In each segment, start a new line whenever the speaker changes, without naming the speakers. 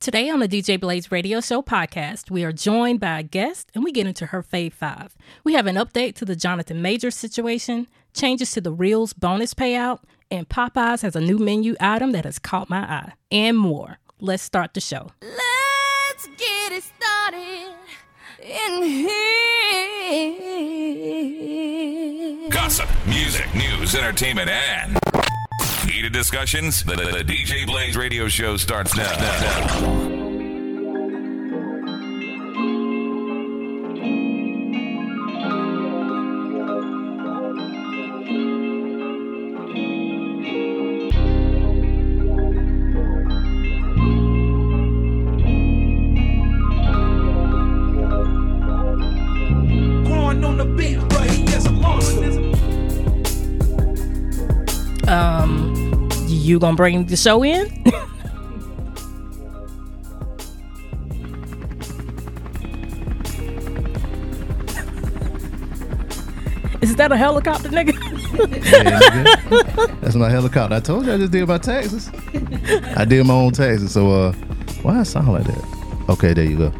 Today on the DJ Blaze Radio Show podcast, we are joined by a guest and we get into her fave five. We have an update to the Jonathan Major situation, changes to the Reels bonus payout, and Popeyes has a new menu item that has caught my eye, and more. Let's start the show.
Let's get it started in here.
Gossip, music, news, entertainment, and heated discussions. The, the- the DJ Blaze radio show starts now.
Corn on the beat, but he is a monster.
You gonna bring the show in? Is that a helicopter, nigga?
Yeah, nigga. That's my helicopter. I told you I just did my taxes. I did my own taxes. So, uh, why it sound like that? Okay, there you go.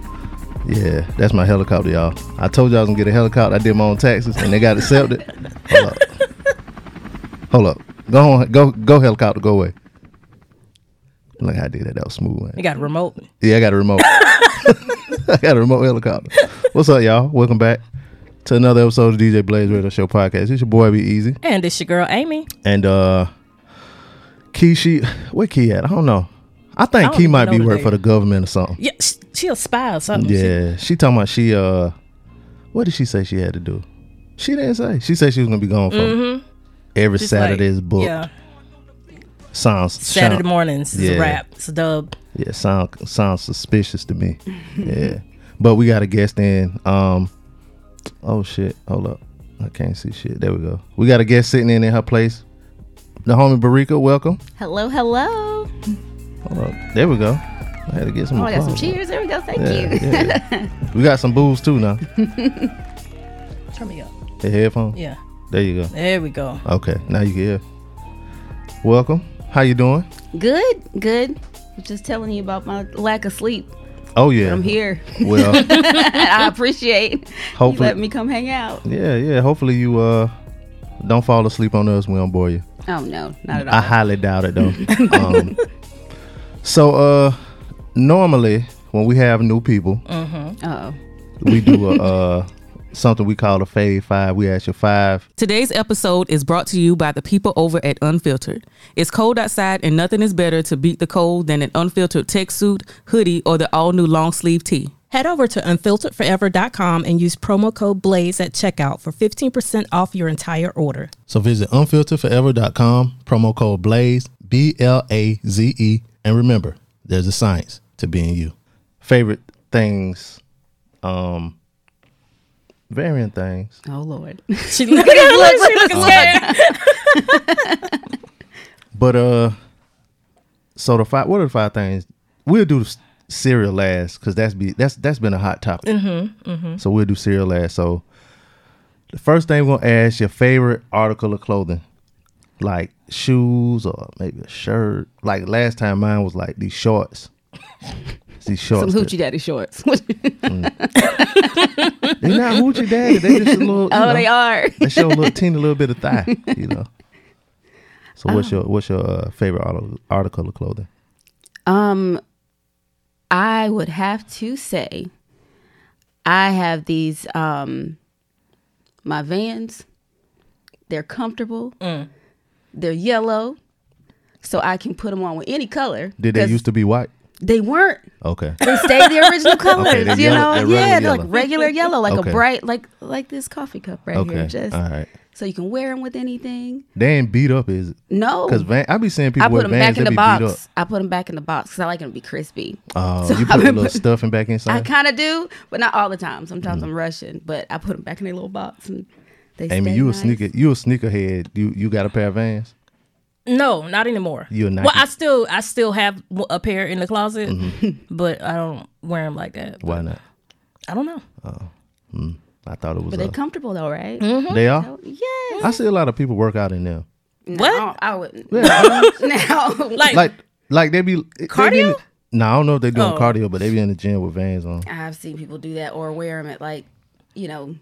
Yeah, that's my helicopter, y'all. I told you I was gonna get a helicopter. I did my own taxes, and they got accepted. Hold up. Hold up. Go on. Go. Go helicopter. Go away. Look how I did that. That was smooth.
You got a remote.
Yeah, I got a remote. I got a remote helicopter. What's up, y'all? Welcome back to another episode of DJ Blaze Radio Show podcast. It's your boy Be Easy.
And it's your girl Amy.
And uh Key she where Key at? I don't know. I think
don't
Key
even
might
know
be
the
working
nigga.
for the government or something.
Yeah, sh- she a spy or something. She-
Yeah. She talking about she uh what did she say she had to do? She didn't say. She said she was gonna be gone for every
she's Mm-hmm. like-
Saturday is booked.
Yeah,
Sounds
Saturday
sound-
mornings is a
Yeah.
rap. It's a dub.
Yeah, sound sounds suspicious to me. yeah. But we got a guest in. Um oh shit, hold up. I can't see shit. There we go. We got a guest sitting in in her place. The homie Barika, welcome.
Hello, hello.
Hold up. There we go. I had to get some.
Oh, I got some
applause.
cheers. There we go. Thank
Yeah,
you.
yeah. we got some booze too now.
Turn me up.
The headphone.
Yeah,
There you go.
there we go.
Okay, now you can hear. Welcome. How you doing?
Good, good. I'm just telling you about my lack of sleep.
Oh yeah.
I'm here.
Well,
I appreciate you
hopefully.
letting me come hang out.
Yeah, yeah. Hopefully you uh don't fall asleep on us. We don't bore you.
Oh no, not at all.
I highly doubt it though. um, so uh, normally when we have new people,
Mm. Uh-oh.
we do a uh something we call a fave five. We ask you five
Today's episode is brought to you by the people over at Unfiltered. It's cold outside, and nothing is better to beat the cold than an unfiltered tech suit, hoodie, or the all new long sleeve tee.
Head over to unfilteredforever.com and use promo code BLAZE at checkout for 15% off your entire order.
So visit unfilteredforever.com, promo code BLAZE, B L A Z E. And remember, there's a science to being you. Favorite things, um, varying things.
Oh Lord.
She look at her, look, she looking scared.
But, uh, so the five, what are the five things? We'll do s- cereal last because that's be that's that's been a hot topic. Mm-hmm, So we'll do cereal last. So the first thing we're gonna ask your favorite article of clothing, like shoes or maybe a shirt. Like last time, mine was like these shorts. It's these
Some
shorts. that-
hoochie daddy shorts. oh,
They not hoochie daddy. They just a little. you know,
Oh, they are.
They show a little teeny little bit of thigh. You know. So
Uh-huh.
what's your what's your uh, favorite article, article of clothing?
Um, I would have to say, I have these um, my Vans. They're comfortable. They're yellow, so I can put them on with any color.
Did they
'cause
used to be white?
They weren't.
Okay.
They stayed the original colors.
they're
you
yellow-
know,
they're
yeah,
regular
they're like
yellow.
regular yellow, like
Okay.
a bright, like like this coffee cup right
Okay.
here. Just
All right.
so you can wear them with anything.
They ain't beat up, is it?
No,
Because van, I be seeing people
I put
with
them back
vans
in
that
the
be beat up.
box. I put them back in the box because I like them to be crispy.
Oh,
So
you
I've
put a
been
little
put-
stuffing back
I
inside.
kind of do, but not all the time. Sometimes I'm rushing, but I put them back in their little box and they
Amy,
stay
you a
nice.
sneaker, you a sneakerhead. You you got a pair of vans.
No, not anymore.
You a Nike-
well, I still, I still have w- a pair in the closet,
Mm-hmm.
but I don't wear them like that.
Why not?
I don't know.
I thought it was.
But
uh,
they comfortable though, right?
Mm-hmm.
they are.
Yeah.
I see a lot of people work out in them.
What?
I wouldn't.
Yeah, I know.
now,
Like,
like like they be they be in-
Cardio?
No, I don't know if they doing
Oh.
cardio, but they be in the gym with vans on.
I've seen people do that or wear them at like, you know,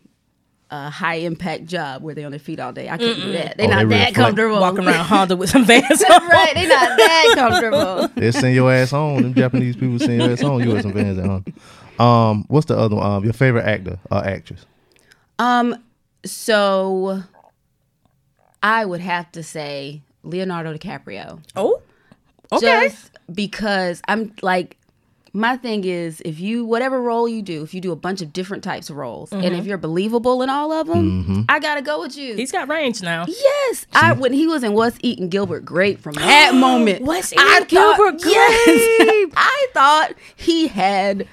a high impact job where they're on their feet all day. I couldn't do that. They're
Oh,
not
they really
that
flex.
comfortable.
Walking around Honda with some vans on.
right? They're not that comfortable.
They send your ass on. Them Japanese people send your ass on. You with some vans at home. Um, what's the other one? Um, your favorite actor or actress?
Um, so I would have to say Leonardo DiCaprio.
Oh, okay.
Just because I'm like, my thing is if you whatever role you do, if you do a bunch of different types of roles, and
Mm-hmm.
if you're believable in all of them, I gotta go with you.
He's got range now.
Yes, I when he was in What's Eating Gilbert Grape from that moment.
What's
I
Eating Gilbert
thought- Yes, I thought he had.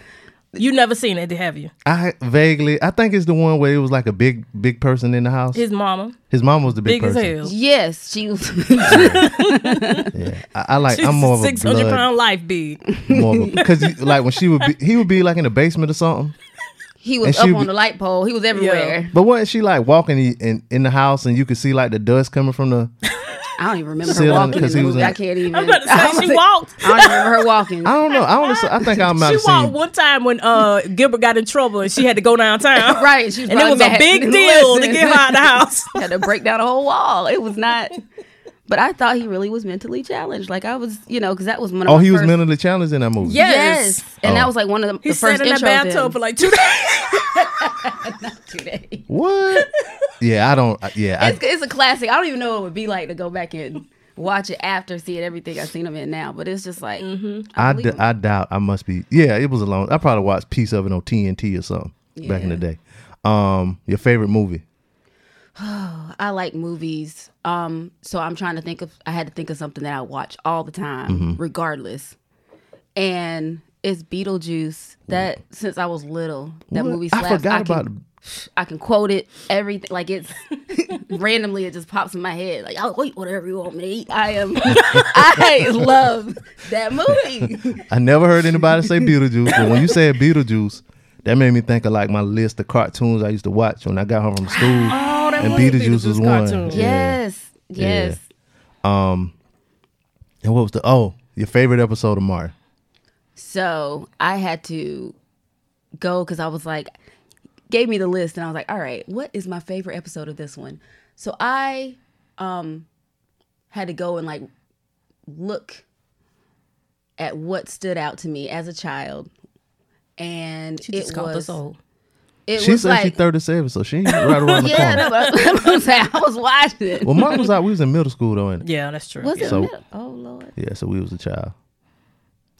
You never seen it, have you?
I vaguely, I think it's the one where it was like a big, big person in the house. His,
His mama,
mom was the big,
big as
person.
hell.
Yes, she was.
Yeah, I, I like.
She's
I'm more of a
six hundred
blood,
pound life big.
more because like when she would be, he would be like in the basement or something.
He
And
was
she
up
would
on
be-
the light pole. He was everywhere.
But wasn't she like walking in, in, in the house and you could see like the dust coming from the?
I don't even remember her
Still,
walking. In
'cause
the
he was
movie.
in-
I can't even.
I'm about to say she walked.
I don't even remember her walking.
I don't know. I honestly, I think I might
She
have
walked
seen.
one time when uh Gilbert got in trouble and she had to go downtown.
Right, she was
and it
probably
was a
mad.
big deal to
Listen.
get her out of the house.
Had to break down a whole wall. It was not. But I thought he really was mentally challenged. Like I was, you know, because that was one of
Oh,
my
he was
first-
mentally challenged in that movie.
Yeah.
Yes, and
Oh.
that was like one of the,
He
the
sat
first
in that
intros to
bathtub
him.
for like two days.
today.
What? yeah, I don't. I- Yeah, I,
it's, it's a classic. I don't even know what it would be like to go back and watch it after seeing everything I've seen him in now. But it's just like
Mm-hmm.
I, d- I doubt I must be. Yeah, it was a long. I probably watched piece of it on TNT or something back in the day. Um, your favorite movie?
I like movies. Um, so I'm trying to think of. I had to think of something that I watch all the time,
Mm-hmm.
regardless. And it's Beetlejuice. That since I was little, that
What?
movie.
I
Slaps.
forgot
can,
about-
I can quote it. Everything like it's randomly. It just pops in my head. Like I'll eat whatever you want me to eat. I am. I love that movie.
I never heard anybody say Beetlejuice, but when you said Beetlejuice, that made me think of like my list of cartoons I used to watch when I got home from school.
Oh, that
and
was a
Beetlejuice was
cartoon.
one.
Yes. Yes.
And what was the oh your favorite episode of Mario?
So I had to go because I was like, gave me the list, and I was like, all right, what is my favorite episode of this one? So I um had to go and like look at what stood out to me as a child, and
She
it
just called us
was
old.
it
She
was
said she's
like
thirty seven, so she ain't right around the corner.
yeah, no, but I'm saying I was watching it.
Well, Mark was out. We was in middle school though, and
Yeah, that's true.
was it?
so-
middle? Oh Lord,
yeah, so we was a child.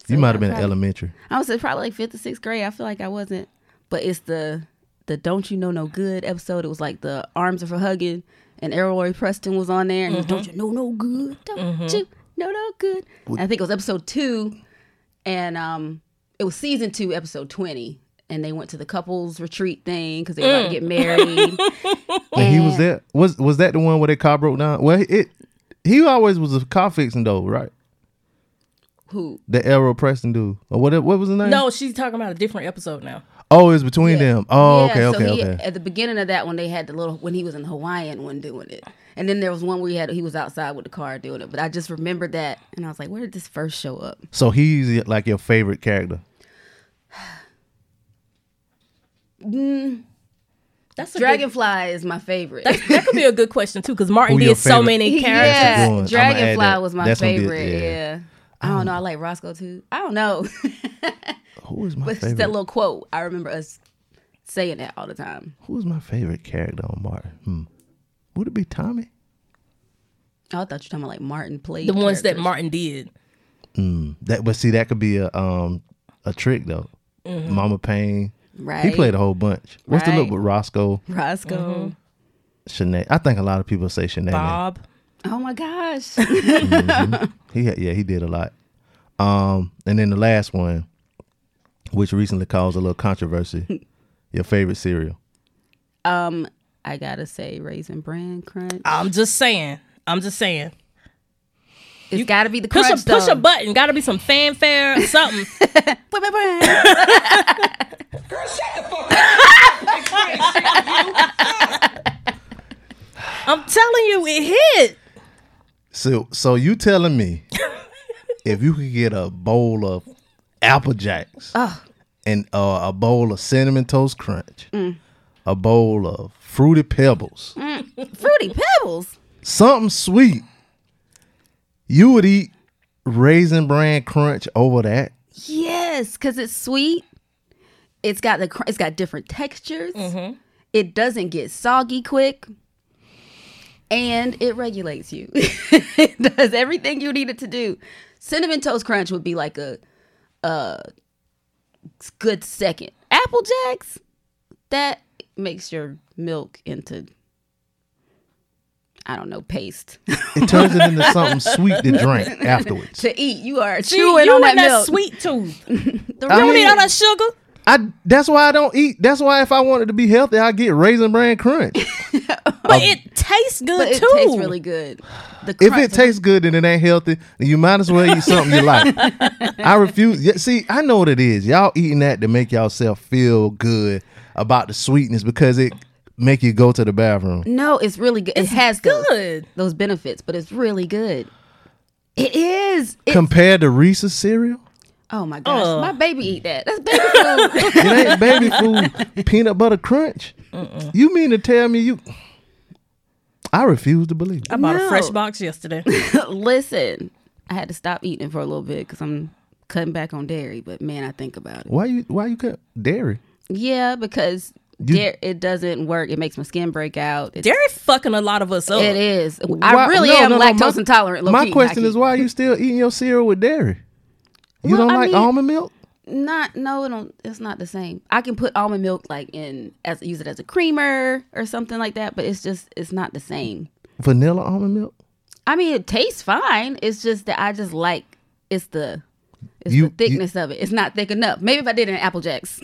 You might have been
probably-
elementary.
I was in probably like fifth or sixth grade. I feel like I wasn't, but it's the the don't you know no good episode. It was like the arms are for hugging, and Elroy Preston was on there, and he was, don't you know no good, don't you know no good. And I think it was episode two, and um, it was season two, episode twenty, and they went to the couples retreat thing because they were about to get married.
And he was there. Was was that the one where their car broke down? Well, it he always was a car fixing though, right?
Who?
The Errol Preston dude or what? What was the name?
No, she's talking about a different episode now.
Oh, it's between them. Oh,
Yeah,
okay,
so
okay,
he,
okay.
At the beginning of that one, they had the little when he was in Hawaiian one doing it, and then there was one where he had he was outside with the car doing it. But I just remembered that, and I was like, where did this first show up?
So he's like your favorite character.
That's a good-
Dragonfly is my favorite.
that could be a good question too, because Martin
Who your
did so
favorite-
many characters.
That's a good one.
yeah,
I'ma add that.
Dragonfly was my
That's gonna be-
favorite.
yeah.
yeah. I don't know. I like Roscoe too. I don't know.
Who is my
but it's
favorite?
that little quote. I remember us saying that all the time.
Who's my favorite character on Martin? Hmm. Would it be Tommy?
Oh, I thought you were talking about like Martin played
The ones that
characters.
Martin did.
That but see that could be a um a trick though. Mama Payne.
Mm-hmm. right.
He played a whole bunch. What's the look
Right.
with Roscoe?
Roscoe.
Shanae. I think a lot of people say Shanae. now.
Bob.
Oh my gosh.
He had, yeah, he did a lot. Um, and then the last one, which recently caused a little controversy, your favorite cereal.
um, I gotta say, Raisin Bran Crunch.
I'm just saying. I'm just saying.
It's got to be the
Push
crunch
a push
though.
a button. Got to be some fanfare, or something. I'm telling you, it hit.
So, so you telling me if you could get a bowl of Apple Jacks, and uh, a bowl of cinnamon toast crunch, a bowl of fruity pebbles,
Fruity Pebbles.
something sweet. You would eat raisin bran crunch over that.
Yes, because it's sweet. It's got the cr- it's got different textures.
Mm-hmm.
It doesn't get soggy quick, and it regulates you. it does everything you need it to do. Cinnamon toast crunch would be like a a good second. Apple jacks that makes your milk into I don't know paste
It turns it into something sweet to drink afterwards.
to eat. You are
See,
chewing
you
on that
and
milk.
sweet tooth. You
The
I
real
mean-
need all that sugar.
I that's why I don't eat. That's why if I wanted to be healthy, I get raisin bran crunch.
But it tastes good
But it
too.
tastes really good. The
If
crunch-
it tastes good and it ain't healthy, then you might as well eat something you like. I refuse. yeah, See, I know what it is. Y'all eating that to make y'allself feel good about the sweetness because it make you go to the bathroom.
No, it's really good. it has Those,
good.
those benefits, but it's really good. It is. It,
Compared to Reese's cereal,
oh my gosh, my baby eat that. That's baby food.
it ain't baby food peanut butter crunch. You mean to tell me you? I refuse to believe. It.
I bought a fresh
No.
box yesterday.
Listen, I had to stop eating for a little bit because I'm cutting back on dairy. But man, I think about it.
Why you? Why you cut dairy?
Yeah, because dairy, it doesn't work. It makes my skin break out. It,
Dairy fucking a lot of us up.
it is. I
Why-
really
no,
am
no, no,
lactose
my-
intolerant.
My question is, why are you still eating your cereal with dairy? You
Well,
don't
I
like
mean-
almond milk?
Not no, it don't, it's not the same. I can put almond milk like in as use it as a creamer or something like that, but it's just it's not the same.
Vanilla almond milk?
I mean, it tastes fine. It's just that I just like it's the it's
You-
the thickness of it. It's not thick enough. Maybe if I did it in Apple Jacks,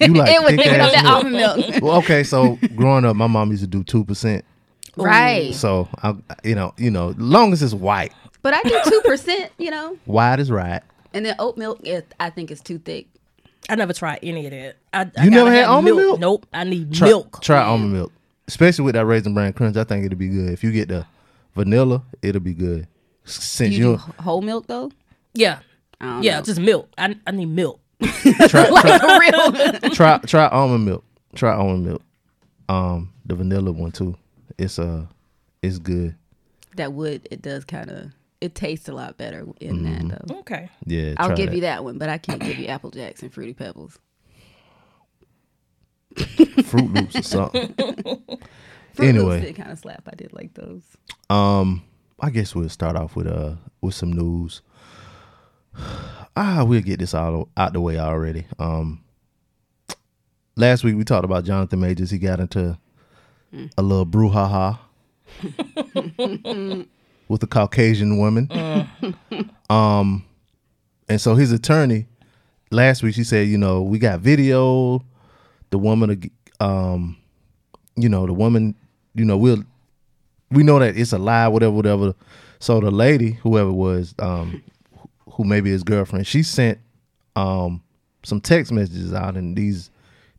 You like
it would
thick
thicken up
ass
that
milk.
almond milk,
Well, okay, so growing up, my mom used to do two percent.
right?
So I, you know, you know, long as it's white,
But I get two percent, you know.
white is right.
And then oat milk, is, I think, is too thick.
I never tried any of that. I, I
You never
gotta
had
have
almond milk?
Nope. I need
Try,
milk.
Try almond milk, especially with that raisin bran crunch. I think it'll be good. If you get the vanilla, it'll be good. S- Since
You do
you
whole milk though,
Yeah.
don't
Yeah, just milk. I, I need milk.
try, try,
for real.
try try almond milk, try almond milk. Um, the vanilla one too. It's uh, it's good.
that would it does kind of it tastes a lot better in
Mm-hmm.
that though.
Okay.
Yeah,
I'll
try
give
that.
you that one, but I can't give you Apple Jacks and Fruity Pebbles.
Fruit Loops or something.
Fruit
Anyway.
Loops did kind of slap. I did like those.
Um, I guess we'll start off with uh with some news. Ah, we'll get this out out the way already. Um, last week we talked about Jonathan Majors. He got into a little brouhaha with a Caucasian woman. um, and so his attorney last week she said, you know, we got video. The woman, um, you know, the woman, you know, we'll we know that it's a lie, whatever, whatever. So the lady, whoever it was, um, wh- who maybe his girlfriend, she sent um some text messages out, and these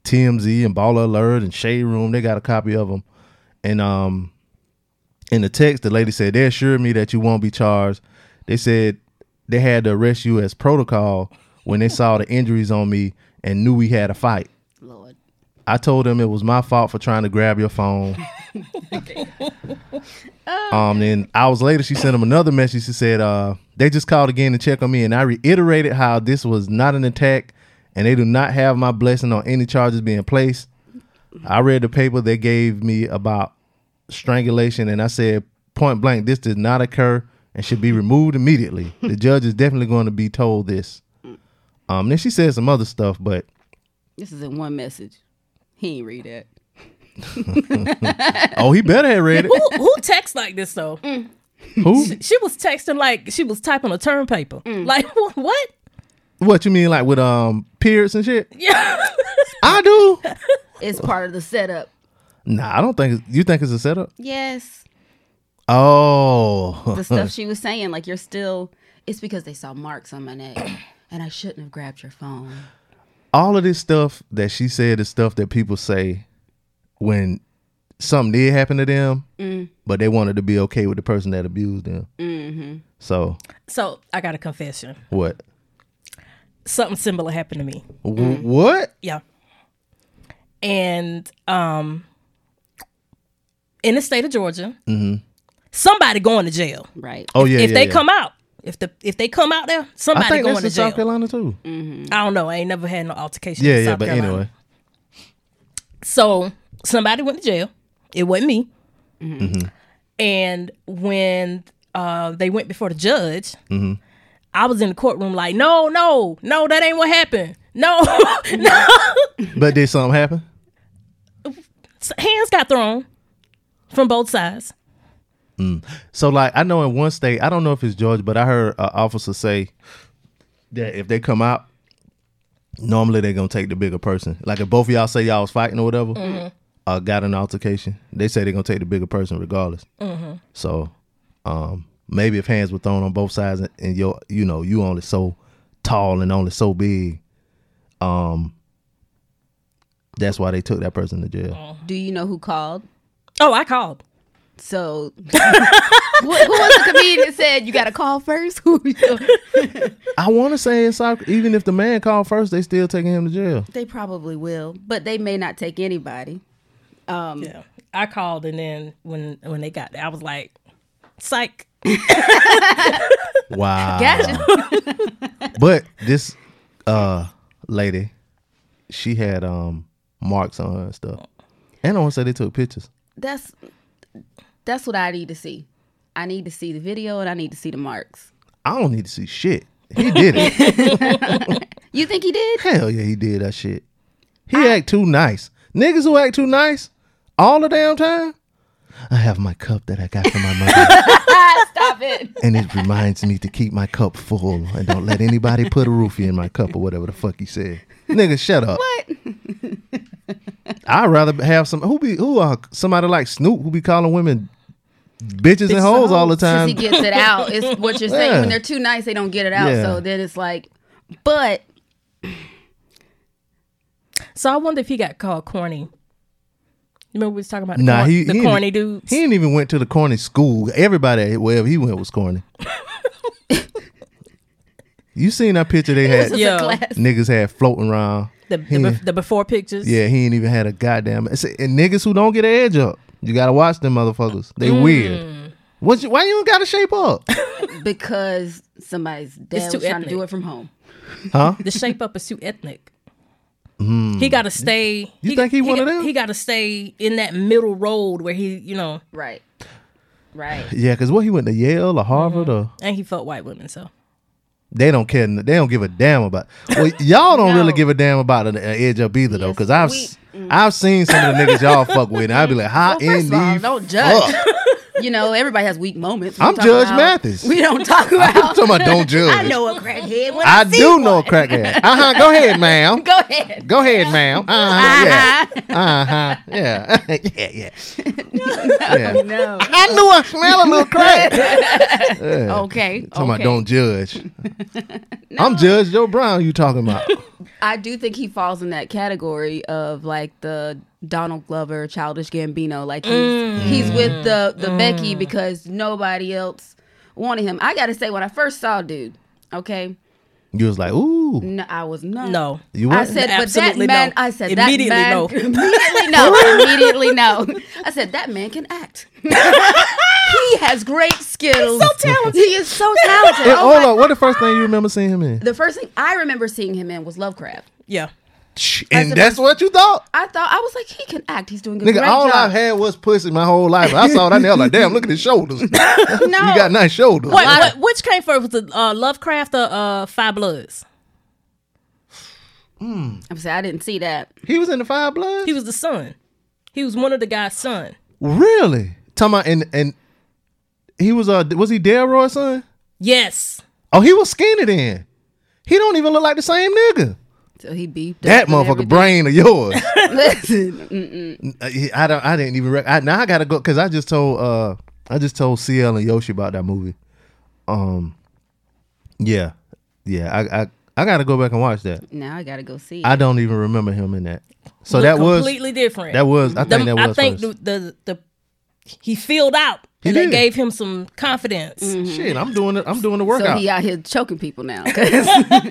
TMZ and Baller Alert and Shade Room, they got a copy of them. And um, in the text, the lady said they assured me that you won't be charged. They said they had to arrest you as protocol when they saw the injuries on me and knew we had a fight.
Lord.
I told him it was my fault for trying to grab your phone. um, then hours later, she sent him another message. She said, uh, they just called again to check on me, and I reiterated how this was not an attack, and they do not have my blessing on any charges being placed. I read the paper they gave me about strangulation, and I said point blank, this did not occur and should be removed immediately. The judge is definitely going to be told this. Um, then she said some other stuff, but
This is in one message. He ain't read that.
oh, he better have read it.
Who, who texts like this though?
Who?
She was texting like she was typing a term paper. Like wh- what?
What you mean, like with um periods and shit?
Yeah.
I do.
It's part of the setup.
Nah, I don't think it's, you think it's a setup.
Yes.
Oh,
The stuff she was saying, like you're still it's because they saw marks on my neck and I shouldn't have grabbed your phone.
all of this stuff that she said is stuff that people say when something did happen to them,
Mm.
but they wanted to be okay with the person that abused them. Mm-hmm. So
so I got a confession.
what?
something similar happened to me.
W- What?
Yeah. And um in the state of Georgia, somebody going to jail.
Right.
Oh Mm-hmm. yeah.
if
yeah,
they
yeah.
come out. If the if they come out there,
I
somebody
think
going
that's
to
in
jail.
South Carolina too.
I don't know. I ain't never had no altercation.
Yeah,
in
yeah.
South
But
Carolina.
anyway,
So somebody went to jail. It wasn't me.
Mm-hmm.
And when uh, they went before the judge, I was in the courtroom like, no, no, no, that ain't what happened. No, no.
but did something happen?
So hands got thrown from both sides.
So like I know in one state, I don't know if it's Georgia, but I heard an officer say that if they come out, normally they're gonna take the bigger person. Like if both of y'all say y'all was fighting or whatever, uh, got an altercation, they say they're gonna take the bigger person regardless. So um, maybe if hands were thrown on both sides and- and your you know you only so tall and only so big, um, that's why they took that person to jail.
Do you know who called?
Oh, I called.
So, who, who was the comedian that said you got to call first? Who?
I want to say in South, even if the man called first, they still taking him to jail.
they probably will, but they may not take anybody.
Yeah, I called, and then when when they got there, I was like, psych.
Wow.
Gotcha.
But this uh lady, she had um marks on her and stuff. And I want to say they took pictures.
That's that's what I need to see. I need to see the video and I need to see the marks.
I don't need to see shit. He did it.
You think he did?
Hell yeah, he did that shit. He act too nice. Niggas who act too nice all the damn time. I have my cup that I got from my mother,
Ah, Stop it.
and it reminds me to keep my cup full and don't let anybody put a roofie in my cup or whatever the fuck he said. Nigga, shut up.
What?
I'd rather have some who be who are somebody like Snoop who be calling women bitches and hoes all the
oh, Since
time.
he gets it out, it's what you're saying.
Yeah.
When they're too nice, they don't get it out.
Yeah.
So then it's like, but
So I wonder if he got called corny. You remember we was talking about the,
Nah,
corn-
he,
the
he ain't-
corny dudes.
He ain't even went to the corny school. Everybody wherever he went was corny. you seen that picture they had?
Yeah.
Niggas had floating around.
the, the, bef- the before pictures.
Yeah, he ain't even had a goddamn. it's- And niggas who don't get an edge up, you gotta watch them motherfuckers. They
Mm.
weird. What? You, why you don't gotta shape up?
because somebody's dad
too
was trying to do
ethnic.
it from home.
The shape up is too ethnic. He got to stay.
Hmm. You think he one of
got-
them?
He got to stay in that middle road where he, you know,
Right. Right.
Yeah, cause what he went to Yale or Harvard
Mm-hmm.
or
and he fucked white women. So
they don't care. They don't give a damn about. Well, y'all don't really
No.
give a damn about an, an edge up either though, because I've
we-
I've seen some of the niggas y'all fuck with, and I'd be like, how
Well, first
in
of all,
the
don't judge.
fuck?
You know, everybody has weak moments. We
I'm
talk
Judge
about-
Mathis.
We don't talk about.
I'm talking about don't judge.
I know a crackhead. When I,
I do know a crackhead. Uh huh. Go ahead, ma'am.
go ahead.
Go ahead, ma'am. Uh huh. Yeah.
Uh-huh.
Uh huh. Yeah. yeah. Yeah. yeah.
No.
I knew I smelled a little crack.
Okay.
Talking
okay.
about don't judge. I'm Judge Joe Brown. You talking about?
I do think he falls in that category of like the Donald Glover, childish Gambino. Like he's
Mm.
he's with the the Becky because nobody else wanted him. I gotta say, when I first saw dude, okay,
You was like, ooh.
no, I was not.
no,
You
I
went-
said, but that
Absolutely
man.
no.
I said
Immediately
that
no.
man. Immediately no. immediately no. I said that man can act. he has great skills. He's so talented. He is so talented.
Hey,
Oh
hold
my-
on. What the first thing you remember seeing him in?
The first thing I remember seeing him in was Lovecraft.
yeah,
Shh, And
the
that's what you thought?
I thought I was like, he can act. He's doing a
Nigga,
great
all
job.
I've had was pussy my whole life. I saw that and I was like, damn, look at his shoulders. You
no,
got nice shoulders.
Wait, what, which came first? Was the uh, Lovecraft or uh, Five Bloods?
I'm saying I didn't see that.
He was in the Five Bloods?
He was the son. He was one of the guy's son.
really? Talking about, and, and he was, uh, was he Delroy's son?
Yes,
Oh, he was skinny then. He don't even look like the same nigga.
So he beefed
That
up and
motherfucker brain of yours.
everything. Listen, mm,
Uh, he- I don't. I didn't even. Rec- I, now I gotta go because I just told. uh I just told CL and Yoshi about that movie. Um. Yeah, yeah. I I, I gotta go back and watch that.
now I gotta go see. It.
I don't even remember him in that. So
Looked
that was
completely different.
that was. I think
The-
that was.
I think
first.
the, the the he filled out
He
and they
did.
gave him some confidence.
Shit, I'm doing it. I'm doing the
So
workout.
he out here choking people now. 'cause-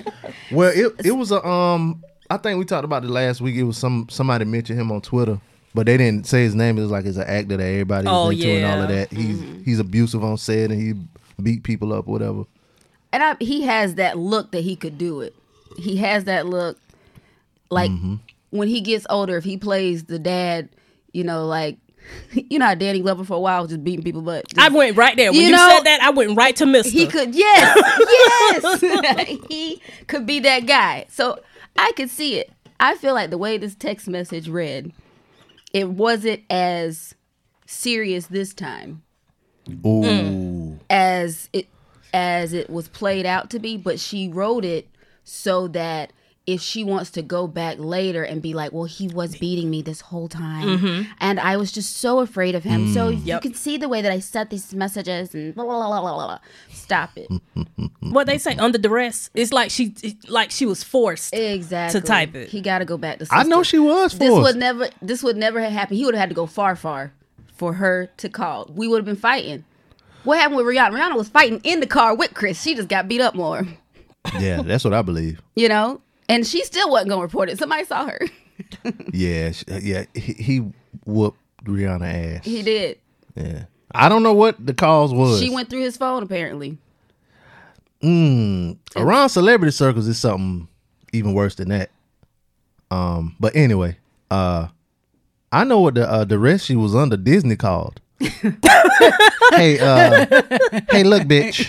Well, it it was a um. I think we talked about it last week. It was some somebody mentioned him on Twitter, but they didn't say his name. It was like it's an actor that everybody
Oh,
is into and all of
yeah.
that. He's
Mm-hmm.
he's abusive on set and he beat people up, whatever.
and I, he has that look that he could do it. He has that look. Like
Mm-hmm.
when he gets older, if he plays the dad, you know, like you know how Danny Glover for a while was just beating people butt. Just-
I went right there. When you,
You know,
said that, I went right to Mister.
He could, yes, yes, he could be that guy. So I could see it. I feel like the way this text message read, it wasn't as serious this time
Ooh,
Mm. as it as it was played out to be. But she wrote it so that if she wants to go back later and be like, "Well, he was beating me this whole time, and I was just so afraid of him," so you can see the way that I set these messages and blah blah blah blah blah. blah. Stop it.
what they say under duress. It's like she, like she was forced.
exactly
type it.
He got to go back to. Sister.
I know she was
This
for
would never. This would never have happened. He would have had to go far, far for her to call. We would have been fighting. What happened with Rihanna? Rihanna was fighting in the car with Chris. She just got beat up more,
Yeah, that's what I believe.
you know. And she still wasn't gonna report it. Somebody saw her.
Yeah, sh- yeah. He, he whooped Rihanna ass.
He did.
Yeah. I don't know what the cause was.
She went through his phone apparently.
around celebrity circles is something even worse than that. Um, but anyway, uh, I know what the uh, the rest she was under Disney called. hey, uh, hey, look, bitch,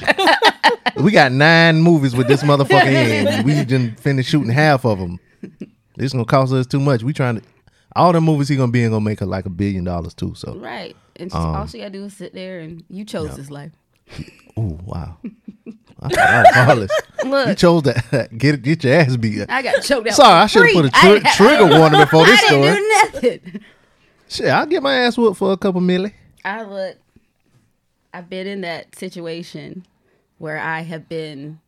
we got nine movies with this motherfucker in. and We didn't finish shooting half of them. This gonna cost us too much. We trying to all the movies he gonna be in gonna make her like a billion dollars too. So
Right. And she,
Um,
all she gotta do is sit there and you chose this life.
Ooh, wow. I forgot all this.
Look.
You chose to get get your ass beat.
I got choked out.
Sorry, I
for
should have put a
free. I
tri-
didn't-
trigger warning before this
I
story.
didn't do nothing.
Shit, I'll get my ass whooped for a couple milli.
I look, I've been in that situation where I have been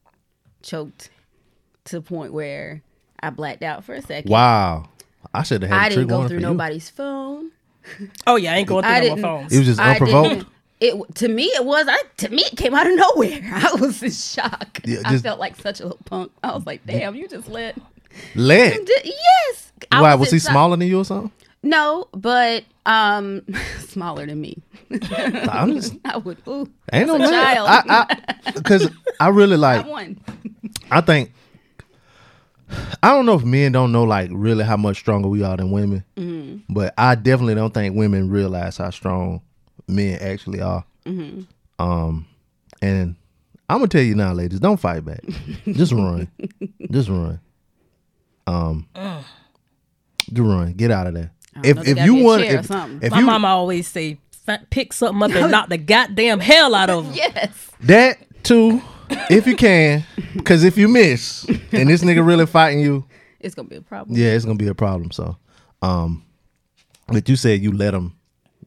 choked to the point where I blacked out for a second.
Wow. I should have had
I
a
didn't
trigger
go
warning
through
for you.
nobody's phone.
Oh yeah, I ain't going
I
through no
didn't.
more phones.
It was just
I
unprovoked?
didn't- It to me it was I to me it came out of nowhere. I was in shock.
Yeah,
I
just-
felt like such a little punk. I was like, damn, you just let.
Leg.
Did- Yes. I
Why was he
inside-
smaller than you or something?
No, but um, smaller than me.
I'm just
I would. Ooh,
ain't no
a
leg.
child.
I, I, Cause I really
I
like
won.
I think I don't know if men don't know like really how much stronger we are than women,
Mm-hmm.
but I definitely don't think women realize how strong men actually are.
Mm-hmm.
Um, and I'm gonna tell you now, ladies, don't fight back. Just run, just run. Um, just run. Get out of there.
know,
If
there
if
gotta
you
be a
want,
chair or
if,
something.
if
My
you
mama always say, "F- pick something up and knock the goddamn hell out of them.
Yes.
that too, if you can, because if you miss and this nigga really fighting you,
It's gonna be a problem.
Yeah, it's gonna be a problem. So, um, but you said you let him.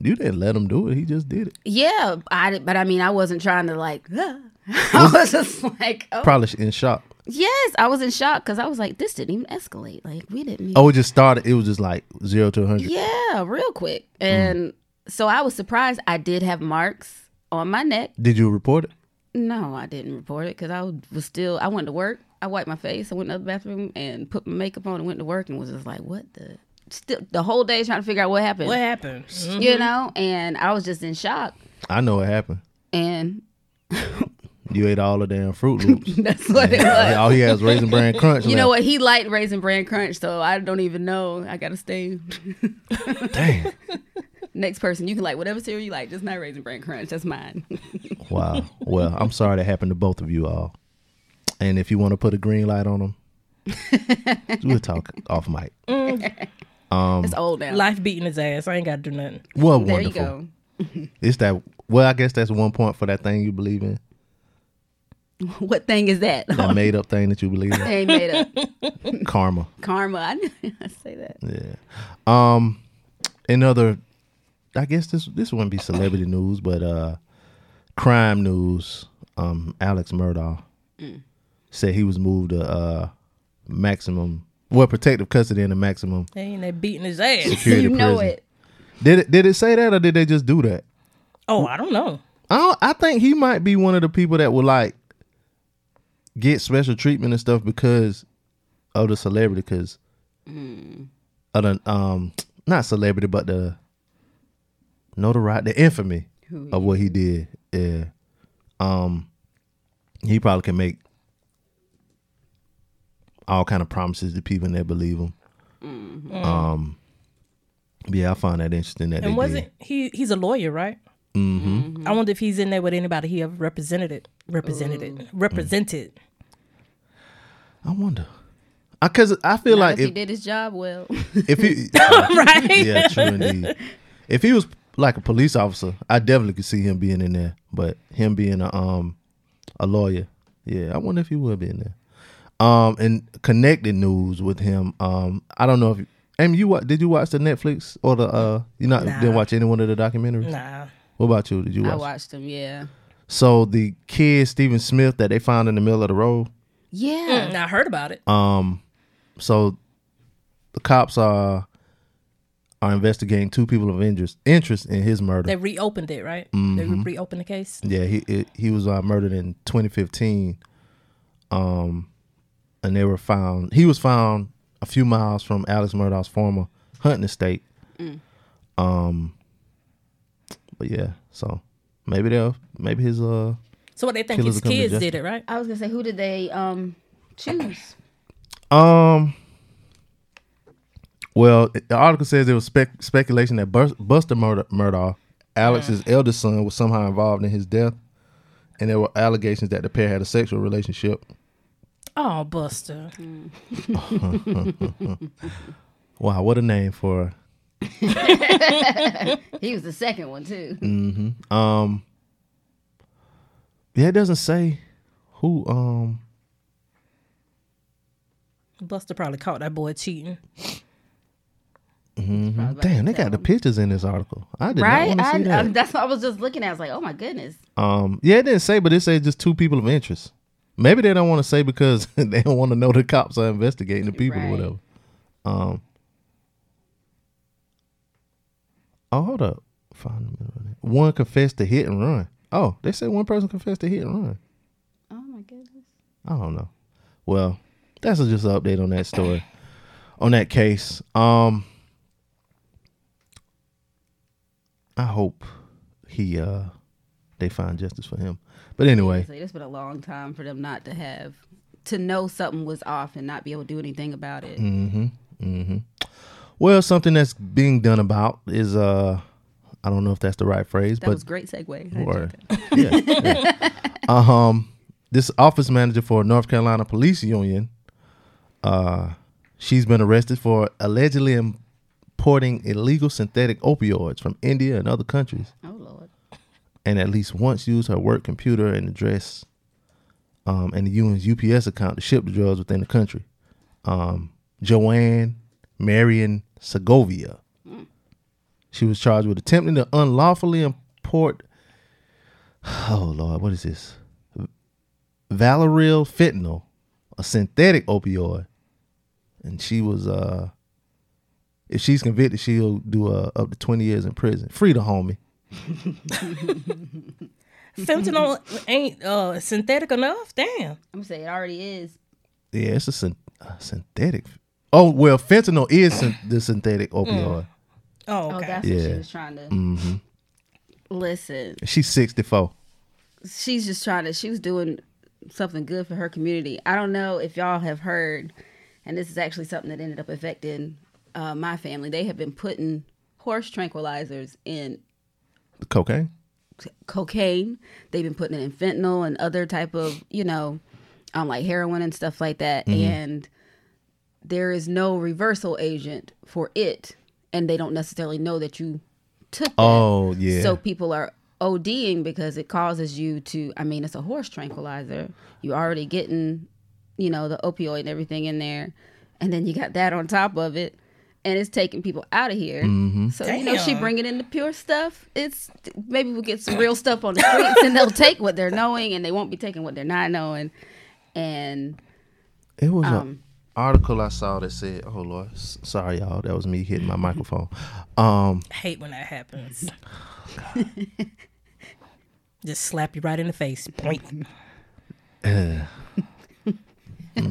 You didn't let him do it. He just did it.
Yeah, I did- but I mean, I wasn't trying to like. ah. I was just like, oh
Probably sh- in shock.
yes, I was in shock because I was like, this didn't even escalate. Like we didn't. Mean-
Oh, it just started. It was just like zero to a hundred.
Yeah, real quick, and so I was surprised. I did have marks on my neck.
Did you report it?
No, I didn't report it because I was still. I went to work. I wiped my face. I went to the bathroom and put my makeup on and went to work and was just like, what the. Still, the whole day trying to figure out what happened,
What happened? Mm.
you know, and I was just in shock.
I know what happened.
And
You ate all the damn Fruit Loops.
that's what it was.
all he has raisin bran crunch.
You know
left.
what? He liked raisin bran crunch, so I don't even know. I gotta stay.
Damn.
Next person, you can like whatever cereal you like, just not raisin bran crunch. That's mine.
Wow. Well, I'm sorry that happened to both of you all. And if you want to put a green light on them, we'll talk off mic. Um,
it's old now.
Life beating his ass. I ain't got to do nothing.
Well,
there
wonderful.
you go.
It's that. Well, I guess that's one point for that thing you believe in.
What thing is that?
That made up thing that you believe in.
they ain't made up
Karma.
karma. I knew I say that.
Yeah. Um another I guess this this wouldn't be celebrity news, but uh crime news. Um Alex Murdaugh
Mm.
said he was moved to uh maximum well protective custody in the maximum
They ain't they beating his ass.
security
you know
prison.
it.
Did it did it say that or did they just do that?
Oh, I don't know.
I don't, I think he might be one of the people that will like get special treatment and stuff because of the celebrity, because
Hmm.
of the um not celebrity, but the notoriety, the infamy of what he did. Yeah, um, he probably can make all kind of promises to people and they believe him.
Mm-hmm.
Um, yeah, I find that interesting that
And
they
wasn't
did.
he? He's a lawyer, right? Mm-hmm. I wonder if he's in there with anybody he ever represented. Represented. it. Represented.
I wonder. I cause I feel
Not
like
if, he did his job well.
if he
right.
yeah, true indeed. If he was like a police officer, I definitely could see him being in there. But him being a um a lawyer, yeah, I wonder if he would be in there. Um, and connected news with him. Um, I don't know if Amy, you wa- did you watch the Netflix or the uh you not didn't watch any one of the documentaries?
Nah.
What about you? Did you watch?
Mm. I watched him. Yeah.
So the kid Stephen Smith that they found in the middle of the road.
Yeah.
I heard about
Uh.
it.
So the cops are are investigating two people of interest interest in his murder.
they reopened it, right? They
Mm-hmm.
re- reopened the case.
Yeah, he it, he was uh, murdered in 2015. Um, and they were found. He was found a few miles from Alex Murdoch's former hunting estate. Um, but yeah, so maybe they'll maybe his uh
So what they think his
Killers will come to
kids
justice.
did it, right?
I was gonna say, who did they um choose?
um. Well, the article says there was spec- speculation that Bus- Buster Murder- Murdoch, Alex's eldest son, was somehow involved in his death, and there were allegations that the pair had a sexual relationship.
Oh, Buster.
Wow, what a name for
He was the second one too.
Yeah, it doesn't say who. Um,
Buster probably caught that boy cheating.
Probably
damn, they
about
got the pictures in this article. I did
that. right.
not want to
I,
see
I,
that.
that's what I was just looking at. I was like, oh my goodness.
um, yeah, it didn't say, but it said just two people of interest. Maybe they don't want to say because they don't want to know the cops are investigating the people or
Right.
whatever. Um. Oh, hold up. Find the middle of that. One confessed to hit and run. Oh, they said one person confessed to hit and run.
Oh my goodness.
I don't know. Well, that's just an update on that story, on that case. Um, I hope he uh they find justice for him. But anyway,
Honestly, it's been a long time for them not to have to know something was off and not be able to do anything about it.
Mm-hmm. well, something that's being done about is uh I don't know if that's the right phrase,
That
but
was a great segue. I
Word.
enjoyed
yeah, yeah. Um, this office manager for North Carolina Police Union, uh, she's been arrested for allegedly importing illegal synthetic opioids from India and other countries,
that. Oh Lord.
and at least once used her work computer and address, um, and the UN's UPS account to ship the drugs within the country. Um, Joanne Marion Segovia. She was charged with attempting to unlawfully import oh lord, what is this? Valerial fentanyl, a synthetic opioid, and she was uh, if she's convicted, she'll do uh, up to twenty years in prison. Free the homie.
Fentanyl ain't uh, synthetic enough. Damn.
I'm gonna say it already is.
Yeah, it's a, syn- a synthetic. Oh well, fentanyl is syn- the synthetic opioid.
Oh,
Oh,
okay.
that's what
Yeah. Mm-hmm.
she was trying to. Listen,
She's sixty four.
she's just trying to. She was doing something good for her community. I don't know if y'all have heard, and this is actually something that ended up affecting uh, my family. They have been putting horse tranquilizers in
Cocaine.
cocaine. They've been putting it in fentanyl and other type of, you know, um, like heroin and stuff like that. And there is no reversal agent for it, and they don't necessarily know that you took. That.
Oh yeah.
So people are ODing because it causes you to. I mean, it's a horse tranquilizer. You're already getting, you know, the opioid and everything in there, and then you got that on top of it, and it's taking people out of here.
Mm-hmm.
So you know, she
Damn.
bringing in the pure stuff. It's maybe we'll get some real stuff on the streets, and they'll take what they're knowing, and they won't be taking what they're not knowing. And
It was an article I saw that said, "Oh Lord, s- sorry y'all, that was me hitting my microphone." Um,
I hate when that happens. Just slap you right in the face. Point.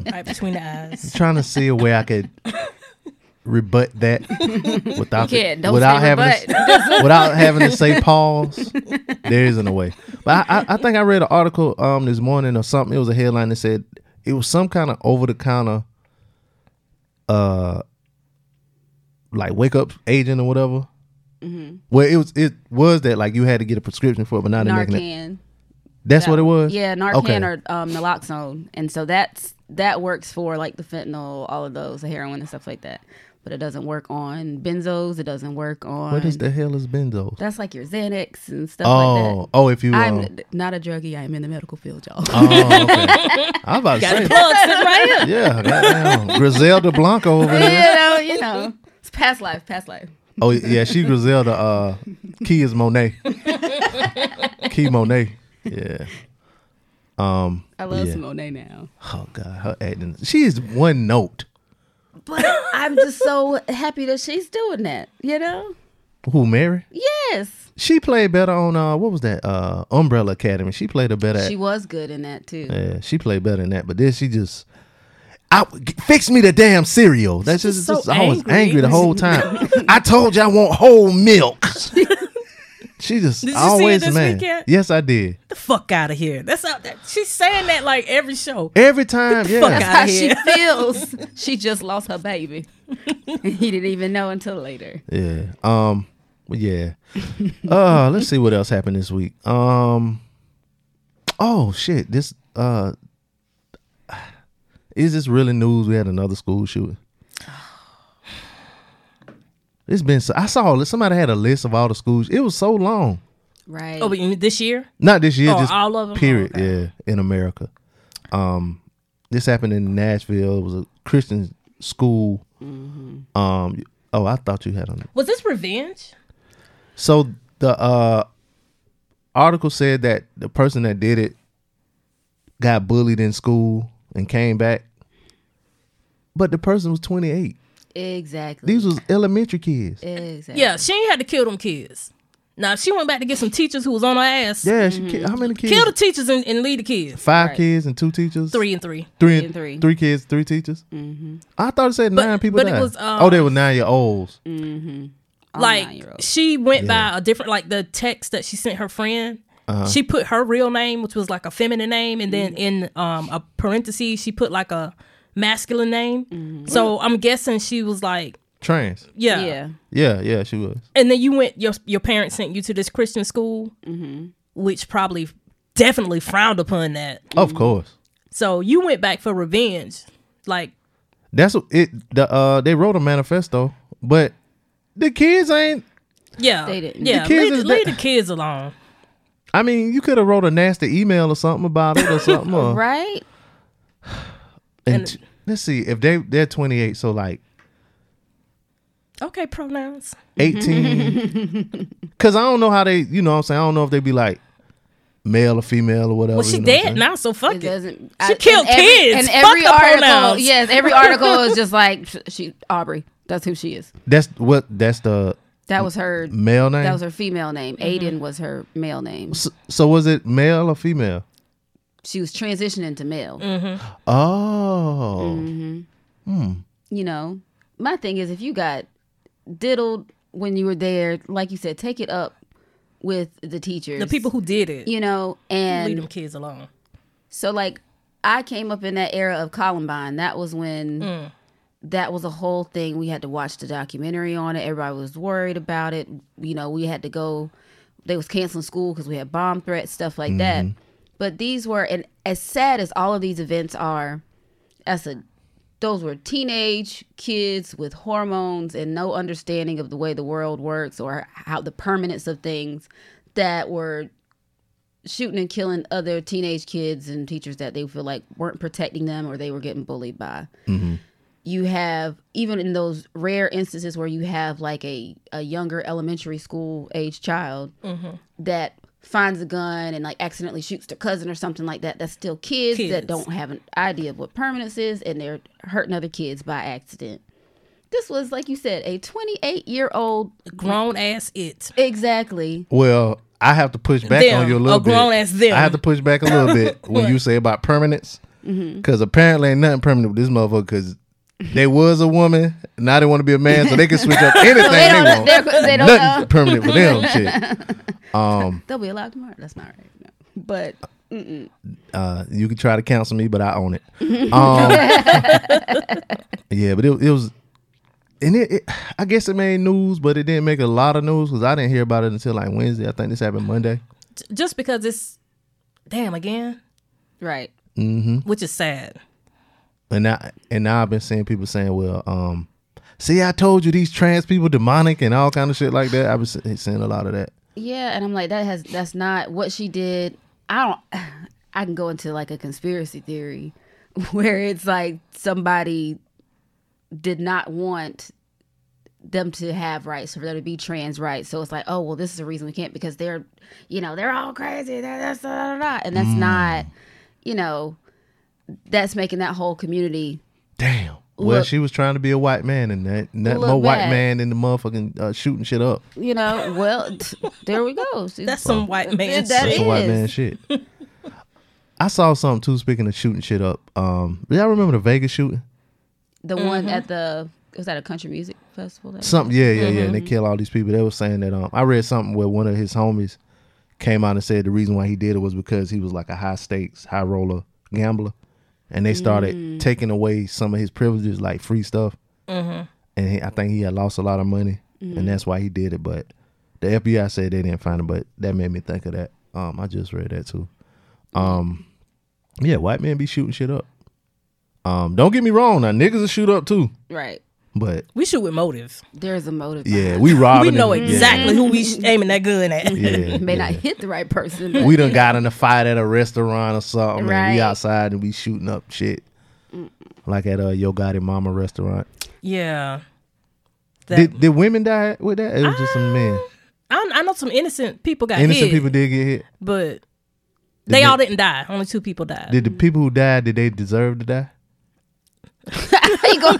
right between the eyes.
trying to see a way I could rebut that without
You can't. Don't
without
say
having To, without having to say pause. There isn't a way. But I, I, I think I read an article um this morning or something. It was a headline that said it was some kind of over the counter uh like wake up agent or whatever.
Mm-hmm.
Well, it was it was that like you had to get a prescription for it, but now they're making it.
Narcan.
That's what it was.
Yeah, Narcan
Okay.
or um, naloxone, and so that's that works for like the fentanyl, all of those, the heroin and stuff like that. But it doesn't work on benzos. It doesn't work on.
what is the hell is benzo?
That's like your Xanax and stuff
Oh,
like that.
oh, if you.
I'm
um,
n- not a druggie. I am in the medical field, y'all.
Oh, okay. I was about to say. Yeah, goddamn. Griselda Blanco over here.
you know, you know, it's past life, past life.
Oh yeah, she Griselda. Uh, Key is Monet. Key Monet. Yeah. Um.
I love
yeah.
Simone now.
Oh God, her acting. She is one note.
But I'm just so happy that she's doing that, you know?
Who Mary?
Yes.
She played better on uh what was that uh Umbrella Academy. She played a better.
She was good in that too.
yeah, she played better than that. But then she just. I, g- fix me the damn cereal. That's just,
so
just I was
angry.
angry the whole time. I told you I want whole milk. she just
you see it
always
this
mad.
weekend?
Yes, I did.
the fuck out of here. That's out there. She's saying that like every show.
Every time, yeah.
fuck out
How
of
she
here.
feels. she just lost her baby. he didn't even know until later.
Yeah. Um. well, Yeah. uh. Let's see what else happened this week. Um. Oh shit! This uh. Is this really news? We had another school shooting. It's been. So, I saw somebody had a list of all the schools. It was so long.
Right.
Oh, but you mean this year?
Not this year.
Oh,
just
all of 'em? Oh,
Period.
okay.
Yeah. In America. Um. This happened in Nashville. It was a Christian school.
Mm-hmm.
Um. Oh, I thought you had on.
Was this revenge?
So the uh article said that the person that did it got bullied in school and came back. But the person was 28.
exactly.
These was elementary kids.
exactly.
Yeah, she ain't had to kill them kids. Now if she went back to get some teachers who was on her ass.
Yeah, she ki- how many kids?
Kill the teachers and, and lead the kids.
Five kids and two teachers.
Three and three.
Three and
and
three.
three.
Three kids, three teachers. Mm-hmm. I thought it said
But-
nine people.
but it
died.
was, um, Mm.
oh, they were nine year olds.
like
nine-year-olds.
she went by a different like the text that she sent her friend
Uh-huh.
she put her real name which was like a feminine name and
Mm-hmm.
then in um a parenthesis she put like a masculine name so i'm guessing she was like
Trans.
yeah.
Mm-hmm.
Yeah,
Yeah.
yeah, she was.
and then you went your your parents sent you to this christian school
Mm-hmm.
which probably definitely frowned upon that
Of course.
so you went back for revenge like
That's what it the uh they wrote a manifesto, but the kids ain't
yeah
They didn't.
yeah
The kids
leave,
is
leave
that-
the kids alone
I mean, you could have wrote a nasty email or something about it or something. Or,
Right?
And t- let's see if they they're 28, so like
okay pronouns
Oh, 18. Cause I don't know how they, you know, what I'm saying I don't know if they be like male or female or whatever.
well she
you know what I'm
dead
saying?
now so fuck
It
it,
doesn't.
She killed
and every-
kids.
And every
Fuck the
article,
pronouns.
yes, every article is just like she Aubrey. That's who she is.
That's what. That's the
That was her.
male name.
That was her female name.
Mm-hmm.
Aiden was her male name.
so, so was it male or female?
She was transitioning to male.
Mm.
Oh,
You know, my thing is if you got diddled when you were there, like you said, take it up with the teachers.
the people who did it
you know,
leave them
and
kids alone
so like I came up in that era of Columbine. That was when that was a whole thing. We had to watch the documentary on it. Everybody was worried about it. You know, we had to go. They was canceling school because we had bomb threats, stuff like that. But these were, and as sad as all of these events are, as a those were teenage kids with hormones and no understanding of the way the world works or how the permanence of things that were shooting and killing other teenage kids and teachers that they feel like weren't protecting them or they were getting bullied by you have even in those rare instances where you have like a, a younger elementary school age child that finds a gun and like accidentally shoots their cousin or something like that that's still kids,
Kids.
that don't have an idea of what permanence is and they're hurting other kids by accident this was like you said a 28 year old
grown ass it
exactly
well, I have to push back
Them,
on you a little
a grown
bit.
ass them.
I have to push back a little bit when you say about permanence, because apparently ain't nothing permanent with this motherfucker. Because they was a woman, now they want to be a man, so they can switch up anything
they
they,
don't,
want.
they're- they don't
nothing
know.
permanent with them shit. Um,
They'll be alive tomorrow. That's not right. No. But
uh, you can try to counsel me, but I own it. Um, yeah, but it, it was, and it, it, I guess it made news, but it didn't make a lot of news because I didn't hear about it until like Wednesday. I think this happened Monday.
Just because it's damn again,
right.
which is sad.
and now and now I've been seeing people saying, "Well, um, see, I told you these trans people demonic and all kind of shit like that." I've been se- seeing a lot of that.
Yeah, and I'm like, that has that's not what she did. I don't. I can go into like a conspiracy theory where it's like somebody did not want them to have rights for there to be trans rights. So it's like, oh well, this is the reason we can't because they're, you know, they're all crazy. That, that's da, da, da, da. and that's not, you know, that's making that whole community
Damn. Well,
Look-
she was trying to be a white man, and that that
Look
more white
back.
man in the motherfucking uh, shooting shit up.
you know, well, t- there we go. She's-
That's some white man shit.
that
That's some white man
is.
shit. I saw something too. Speaking of shooting shit up, um, y'all remember the Vegas shooting?
the one at the was that a country music festival? That
Something, yeah, yeah, yeah. And
Mm-hmm.
they kill all these people. They were saying that um, I read something where one of his homies came out and said the reason why he did it was because he was like a high stakes, high roller gambler, and they started
Mm.
taking away some of his privileges, like free stuff.
Mm-hmm.
And he, I think he had lost a lot of money,
Mm.
and that's why he did it. But the FBI said they didn't find him, but that made me think of that. Um, I just read that too. Um, yeah, white men be shooting shit up. Um, don't get me wrong, now niggas will shoot up too,
right.
but
We shoot with motive.
There's a motive.
yeah,
behind
we robbing.
We know
and- yeah. Mm-hmm.
exactly who we sh- aiming that gun at.
Yeah,
it. may
yeah.
not hit the right person. But
We done got in a fight at a restaurant or something, and
Right.
we outside and we shooting up shit. Like at a Yo Gotti Mama restaurant.
Yeah. That,
Did, did women die with that? It was just some men.
I, I know some innocent people got hit,
Innocent people did get hit.
but they all didn't die. Only two people died.
Did the people who died did they deserve to die?
you going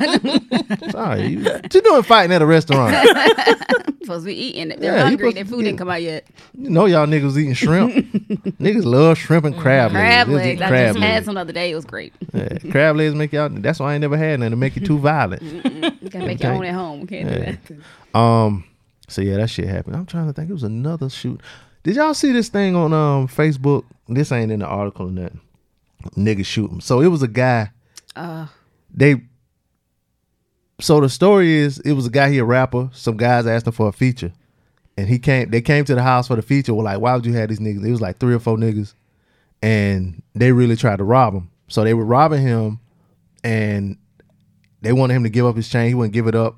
Sorry, you, what you doing fighting at a restaurant?
supposed to be eating it. They're
Yeah, you
hungry.
supposed
Their
to-
food didn't come out yet.
you know y'all niggas eating shrimp. niggas love shrimp and crab legs.
Crab
They was
legs.
eating
I
crab
just had
legs.
some the other day. It was great.
Yeah, crab legs make y'all. That's why I ain't never had none to make you too violent.
You gotta make your
Okay.
own at home. We can't do that.
Um. So yeah, that shit happened. I'm trying to think. It was another shoot. Did y'all see this thing on um Facebook? This ain't in the article or nothing. Niggas shooting. So it was a guy.
Uh,
They. So the story is, it was a guy. He a rapper. Some guys asked him for a feature, and he came. They came to the house for the feature. Were like, why would you have these niggas? It was like three or four niggas, and they really tried to rob him. So they were robbing him, and they wanted him to give up his chain. He wouldn't give it up.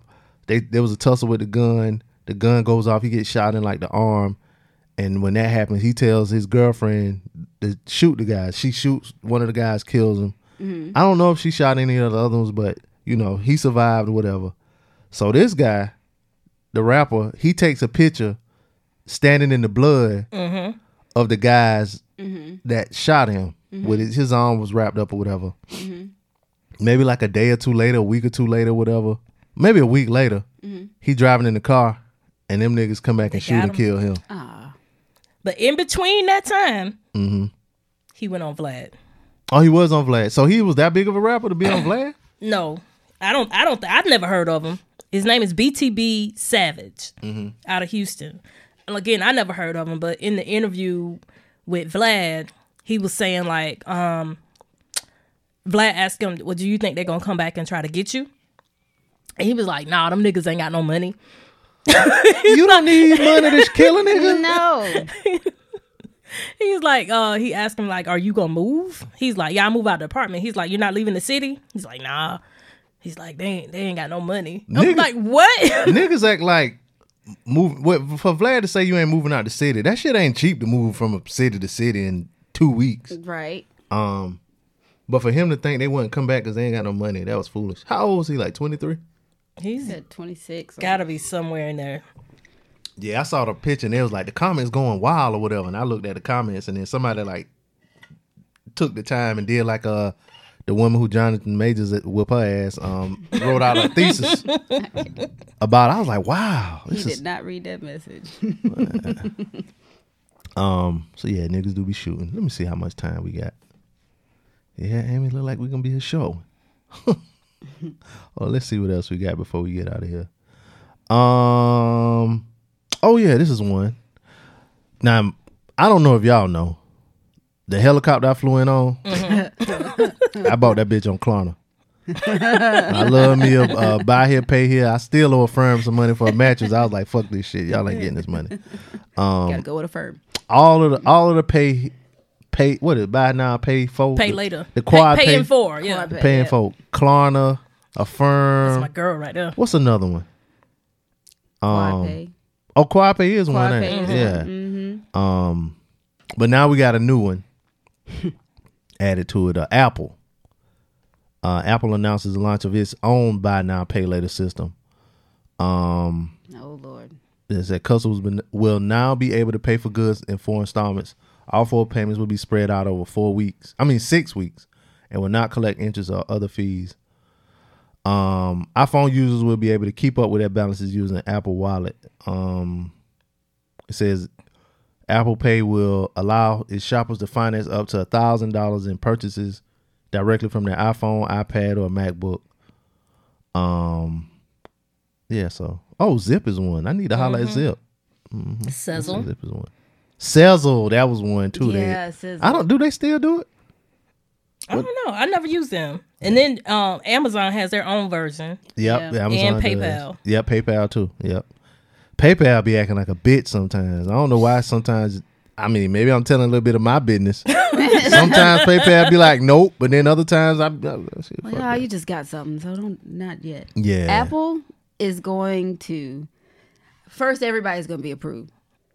They there was a tussle with the gun. The gun goes off. He gets shot in like the arm. And when that happens, he tells his girlfriend to shoot the guy. She shoots one of the guys, kills him. I don't know if she shot any of the other ones, but you know he survived or whatever. So this guy, the rapper, he takes a picture standing in the blood of the guys that shot him. With his, his arm was wrapped up or whatever maybe like a day or two later, a week or two later, whatever. Maybe a week later, he driving in the car, and them niggas come back and shoot
got
and
him.
kill him.
But in between that time,
Mm-hmm.
he went on Vlad.
Oh, he was on Vlad. So he was that big of a rapper to be on Vlad.
No, I don't. I don't. Th- I've never heard of him. His name is BTB Savage out of Houston. And again, I never heard of him. But in the interview with Vlad, he was saying like, um, Vlad asked him, "Well, do you think they're gonna come back and try to get you?" And he was like, "Nah, them niggas ain't got no money."
you don't need money to kill a nigga.
No.
He's like, uh, he asked him like, "Are you gonna move?" He's like, "Yeah, I move out of the apartment." He's like, "You're not leaving the city?" He's like, "Nah." He's like, "They ain't, they ain't got no money." I'm
Nigga-
like, "What?"
niggas act like move. What for Vlad to say you ain't moving out the city? That shit ain't cheap to move from a city to city in two weeks.
Right.
Um, but for him to think they wouldn't come back because they ain't got no money, that was foolish. How old was he? Like twenty three.
He's
At 26. or-
gotta be somewhere in there.
Yeah, I saw the picture and it was like the comments going wild or whatever. And I looked at the comments and then somebody like took the time and did like uh the woman who Jonathan Majors whip her ass um wrote out a thesis about. I was like, wow,
He
this
did
is
not read that message.
Um, so yeah, niggas do be shooting. Let me see how much time we got. Yeah, Amy, look like we gonna be a show. oh, let's see what else we got before we get out of here. Um, oh yeah, this is one. Now, I don't know if y'all know the helicopter I flew in on. I bought that bitch on Klarna. I love me a uh, buy here, pay here. I still owe a firm some money for a mattress. I was like, fuck this shit. Y'all ain't getting this money Um,
Gotta go with a firm.
all of the all of the pay pay what is it, buy now pay for
Pay
the-
later.
the quad
pay,
pay,
paying for. Yeah,
Quad
the paying for Klarna
that's
Affirm
my girl right there.
what's another one
Quad pay.
oh quad pay is
Quad
one
Pay
ain't
is Mm-hmm.
it? yeah um but now we got a new one added to it uh, Apple uh, Apple announces the launch of its own buy now pay later system um
Oh Lord.
is that customers been- will now be able to pay for goods in four installments. All four payments will be spread out over four weeks. I mean, six weeks, and will not collect interest or other fees. Um, iPhone users will be able to keep up with their balances using Apple Wallet. Um, it says Apple Pay will allow its shoppers to finance up to thousand dollars in purchases directly from their iPhone, iPad, or MacBook. Um, yeah. So, oh, Zip is one. I need to holler at Zip.
Sizzle.
Zip is one. Sezzle, that was one too. They-
Yeah, Sezzle.
I don't. Do they still do it?
I don't know. I never used them. And then um, Amazon has their own version.
Yep.
Yeah.
Amazon
And
does.
PayPal.
Yep. PayPal too. Yep. PayPal be acting like a bitch sometimes. I don't know why. Sometimes. I mean, maybe I'm telling a little bit of my business. sometimes PayPal be like, nope, but then other times I. I shit, fuck
Well,
it.
y'all, you just got something, so don't not yet.
Yeah.
Apple is going to first. Everybody's going to be approved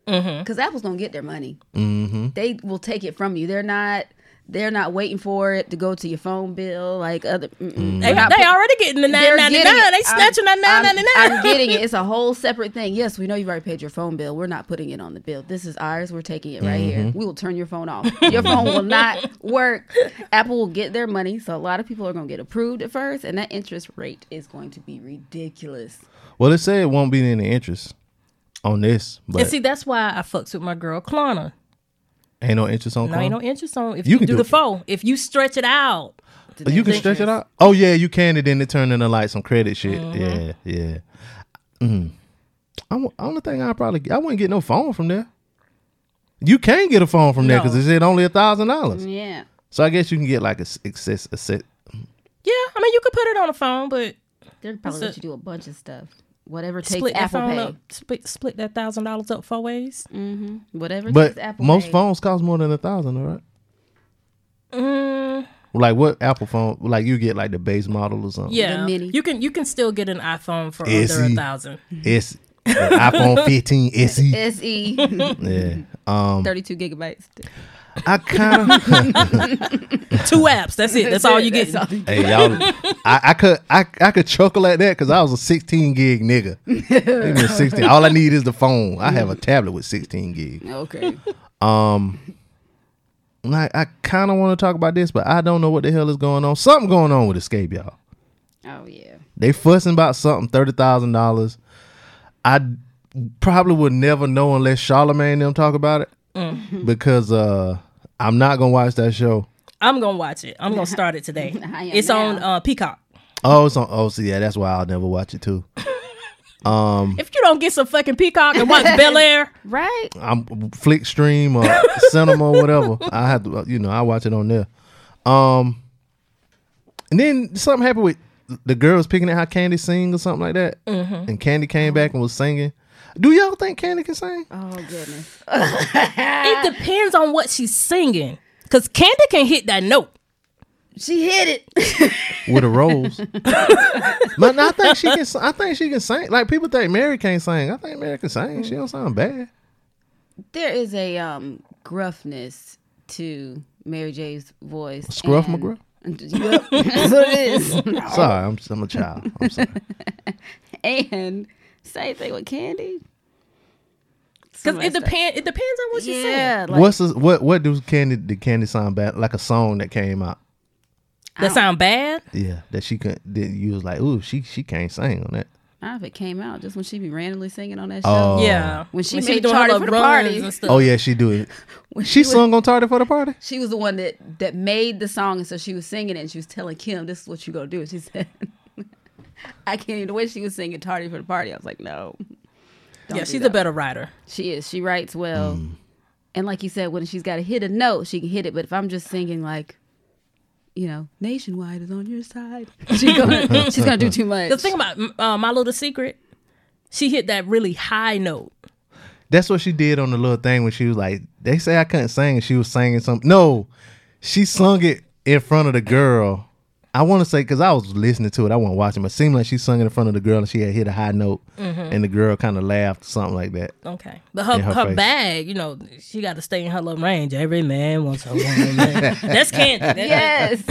because Apple's going to get their money. Mm-hmm. They will take it from you. They're not. They're not waiting for it to go to your phone bill like other.
Mm-hmm.
mm-mm.
They,
We're not
they
put-
already getting the nine
they're
ninety
getting
nine.
it.
They snatching that
I'm-
nine ninety
I'm,
nine.
I'm getting it. It's a whole separate thing. Yes, we know you've already paid your phone bill. We're not putting it on the bill. This is ours. We're taking it right here.
Mm-hmm.
We will turn your phone off. Your phone will not work. Apple will get their money. So a lot of people are going to get approved at first, and that interest rate is going to be ridiculous.
Well, they say it won't be any interest on this, but
And see, that's why I fucks with my girl Klarna.
ain't no interest on.
No, ain't
Klarna?
no interest on if
You
you,
can
do,
do
the
it.
four. If you stretch it out,
Oh, you can stretch it out. Oh yeah, you can. And then it turn into like some credit shit. Yeah, yeah. Mm. I'm only thing I probably get- I wouldn't get no phone from there. You can get a phone from there because
No.
it said only a thousand dollars.
Yeah.
So I guess you can get like a s- access a set.
yeah, I mean you could put it on the phone, but
They'll probably
So-
let you do a bunch of stuff. Whatever takes
split that
Apple
phone
Pay.
up, split, split that thousand dollars up four ways.
Whatever
But
takes Apple
most
Pay.
phones cost more than a thousand, right? Like what Apple phone? Like you get like the base model or something.
Yeah,
mini.
you can you can still get an iPhone for
Is
under a
he-
thousand.
It's the iPhone 15 SE.
SE,
Yeah, Um,
32 E gigabytes.
I kind of.
Two apps. That's it. That's all you get.
That's all.
Hey y'all, I, I could I, I could chuckle at that because I was a 16 gig nigga. Even 16. All I need is the phone. I have a tablet with 16 gig.
Okay.
And I, I kind of want to talk about this, but I don't know what the hell is going on. Something going on with Escape, y'all.
Oh, yeah.
They fussing about something thirty thousand dollars. I probably would never know unless Charlamagne and them talk about it because uh, I'm not gonna watch that show.
I'm gonna watch it. I'm gonna start it today.
I am
It's on
now.
uh, Peacock.
Oh, it's on. Oh, so yeah, that's why I'll never watch it too.
If you don't get some fucking Peacock and watch Bel Air,
Right?
I'm Flick Stream or Cinema or whatever. I have to, you know, I watch it on there. Um, and then something happened with the girl was picking at how Candy sing or something like that, and Candy came back and was singing. Do y'all think Candy can sing?
Oh, goodness.
it depends on what she's singing. Cause Candy can hit that note.
She hit it.
with a rose. but I think she can. s- I think she can sing. Like people think Mary can't sing. I think Mary can sing. She don't sound bad.
there is a um gruffness to Mary J's voice.
Scruff
and-
McGruff?
Yep, that's what it is.
Sorry, I'm, I'm a child. I'm sorry.
And same thing with Candy.
Cause it depend. It depends on what she's singing.
Yeah, like,
What's this, what? What does Candy? Did Candy sound bad? Like a song that came out.
That sound bad.
Yeah, that she could. That you was like, ooh, she she can't sing on that.
I I don't know if it came out just when she be randomly singing on that show.
Oh.
yeah.
When she
be
made
doing her
Charter
little
for the party.
runs and stuff.
Oh yeah, she do it.
When
She
was-
sung on Tardy for the party.
She was the one that that made the song, and so she was singing it, and she was telling Kim, "This is what you gonna do." And she said, "I can't." even The way she was singing "Tardy for the Party," I was like, "No."
yeah, she's
that.
a better writer.
She is. She writes well. And like you said, when she's got to hit a note, she can hit it. But if I'm just singing like, you know, nationwide is on your side, she's gonna, she's gonna do too much.
The thing about uh, My Little Secret, she hit that really high note.
That's what she did on the little thing when she was like, they say I couldn't sing, and she was singing something. No, she sung it in front of the girl. I want to say because I was listening to it, I wasn't watching, but it seemed like she sung it in front of the girl, and she had hit a high note,
Mm-hmm.
and the girl kind of laughed, something like that.
Okay, but her
In her
her,
face.
bag, you know, she got to stay in her little range. Every man wants her woman. That's candy. That-
yes.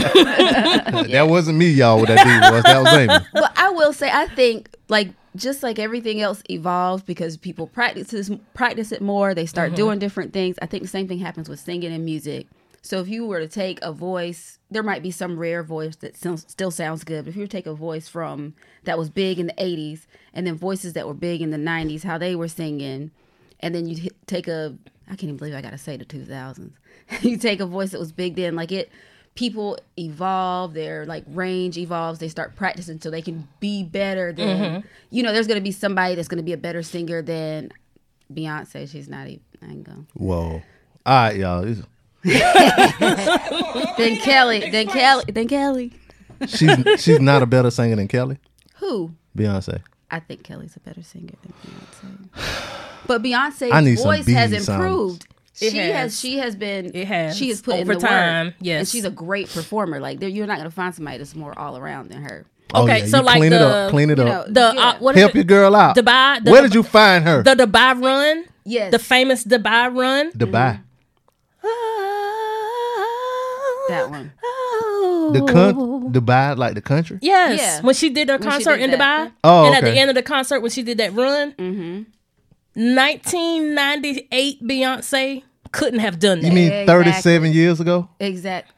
Oh,
That wasn't me, y'all. What that dude was, that was Amy.
but I will say, I think like just like everything else evolves because people practices practice it more. They start doing different things. I think the same thing happens with singing and music. So if you were to take a voice, there might be some rare voice that still, still sounds good. But if you were to take a voice from that was big in the '80s, and then voices that were big in the '90s, how they were singing, and then you take a I can't even believe I gotta say the 2000s. you take a voice that was big then, like it. People evolve, their like range evolves. They start practicing so they can be better than you know. There's gonna be somebody that's gonna be a better singer than Beyonce. She's not even. I ain't going.
Whoa. All right, y'all. It's-
Then Kelly. Then Kelly. Then Kelly.
She's she's not a better singer than Kelly,
Who?
Beyonce.
I think Kelly's a better singer than Beyonce. But Beyonce's
I need some
voice has
bee sounds.
improved.
It
she
has.
has. She has been.
It has.
She has put in
Over
the
time,
work.
yes.
And she's a great performer. Like there, you're not gonna find somebody that's more all around than her.
Okay, so
Oh, you
like
clean it
the-
up, clean it
you
up.
know,
The
Yeah.
uh, what is
Help
it?
your girl out.
Dubai- the
Where
Dub-
did you find her?
the Dubai Run,
Yes.
the famous Dubai Run.
Dubai.
that one.
The con- Dubai, like the country.
Oh. Yes,
Yeah.
when she did her
she
concert
did
in
that.
Dubai,
Oh,
and at the
okay.
end of the concert when she did that run,
Mm-hmm.
1998 Beyonce couldn't have done that.
You mean
Exactly.
37 years ago?
Exact.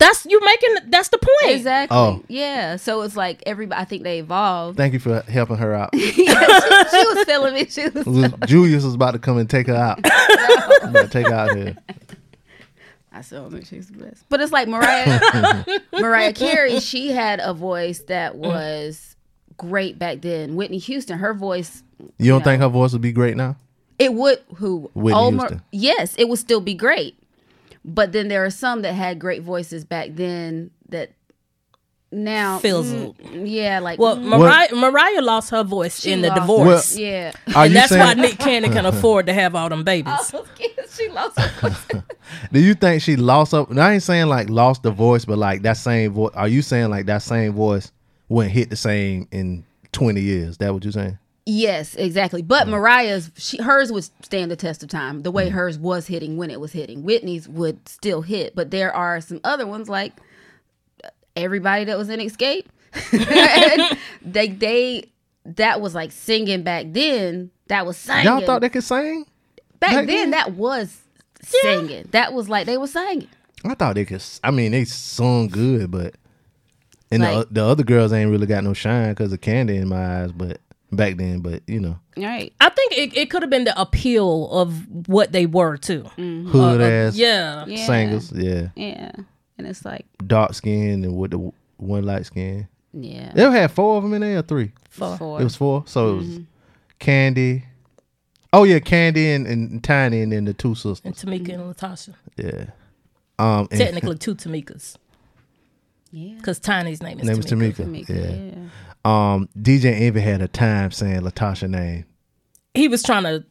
that's you making that's the point.
Exactly.
Oh.
Yeah. So it's like everybody. I think they evolved.
Thank you for helping her out.
she was feeling me. She was.
Was- Julius was about to come and take her out. I'm about to take her out here.
I still think she's the best. But it's like Mariah Mariah Carey, she had a voice that was great back then. Whitney Houston, her voice
You don't think her voice would be great now?
it would who
Whitney
old
Houston.
Yes, it would still be great. But then there are some that had great voices back then that now mm,
Fizzled.
yeah, like
Well, Mariah, Mariah lost her voice in the
lost-
divorce.
Well-
yeah.
Are
and
you
that's
saying,
why Nick Cannon can afford to have all them babies.
she lost her voice.
Do you think she lost up? and I ain't saying like lost the voice, but like that same voice. Are you saying like that same voice wouldn't hit the same in 20 years? That what you're saying?
Yes, exactly. But Mariah's she, hers would stand the test of time. The way hers was hitting when it was hitting, Whitney's would still hit. But there are some other ones like uh, everybody that was in Escape. they they that was like singing back then. That was singing.
Y'all thought they could sing?
back,
back then?
then, that was singing. That was like they were singing.
I thought they could. s- I mean, they sung good, but and
Like-
the, the other girls ain't really got no shine because of Candy in my eyes. But back then, but you know,
Right.
I think it, it could have been the appeal of what they were too. Uh,
hood ass
Yeah.
Mm. Yeah.
singers, yeah,
Yeah. And it's like
dark skin and with the w- one light skin.
yeah.
They had four of them in there, or three.
Four.
It was four, so it was Candy. Oh yeah, Candy and, and Tiny, and then the two sisters.
And Tamika and Latasha.
Yeah, um, and
Technically two Tamikas.
Yeah.
Because Tiny's name is
name was
Tamika.
Tamika.
Make-
Yeah.
yeah.
um, DJ Envy had a time saying Latasha name.
he was trying to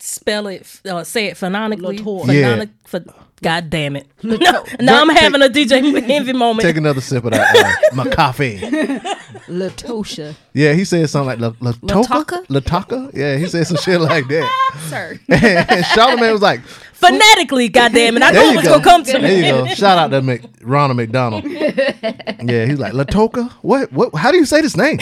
spell it, uh, say it phonetically.
Yeah.
Phononic, pho- God damn it. no, now I'm having a DJ envy moment.
Take another sip of that uh, my coffee.
Latosha.
Yeah, he said something like La- Latoka.
Lataka?
Lataka. Yeah, he said some shit like that.
Sir.
and Charlamagne was like,
phonetically, God damn it. I
"There
knew it
you
was
go,
going to come to
there
me.
you go." Shout out to Mc- Ronald McDonald. yeah, he's like Latoka. What? What? How do you say this name?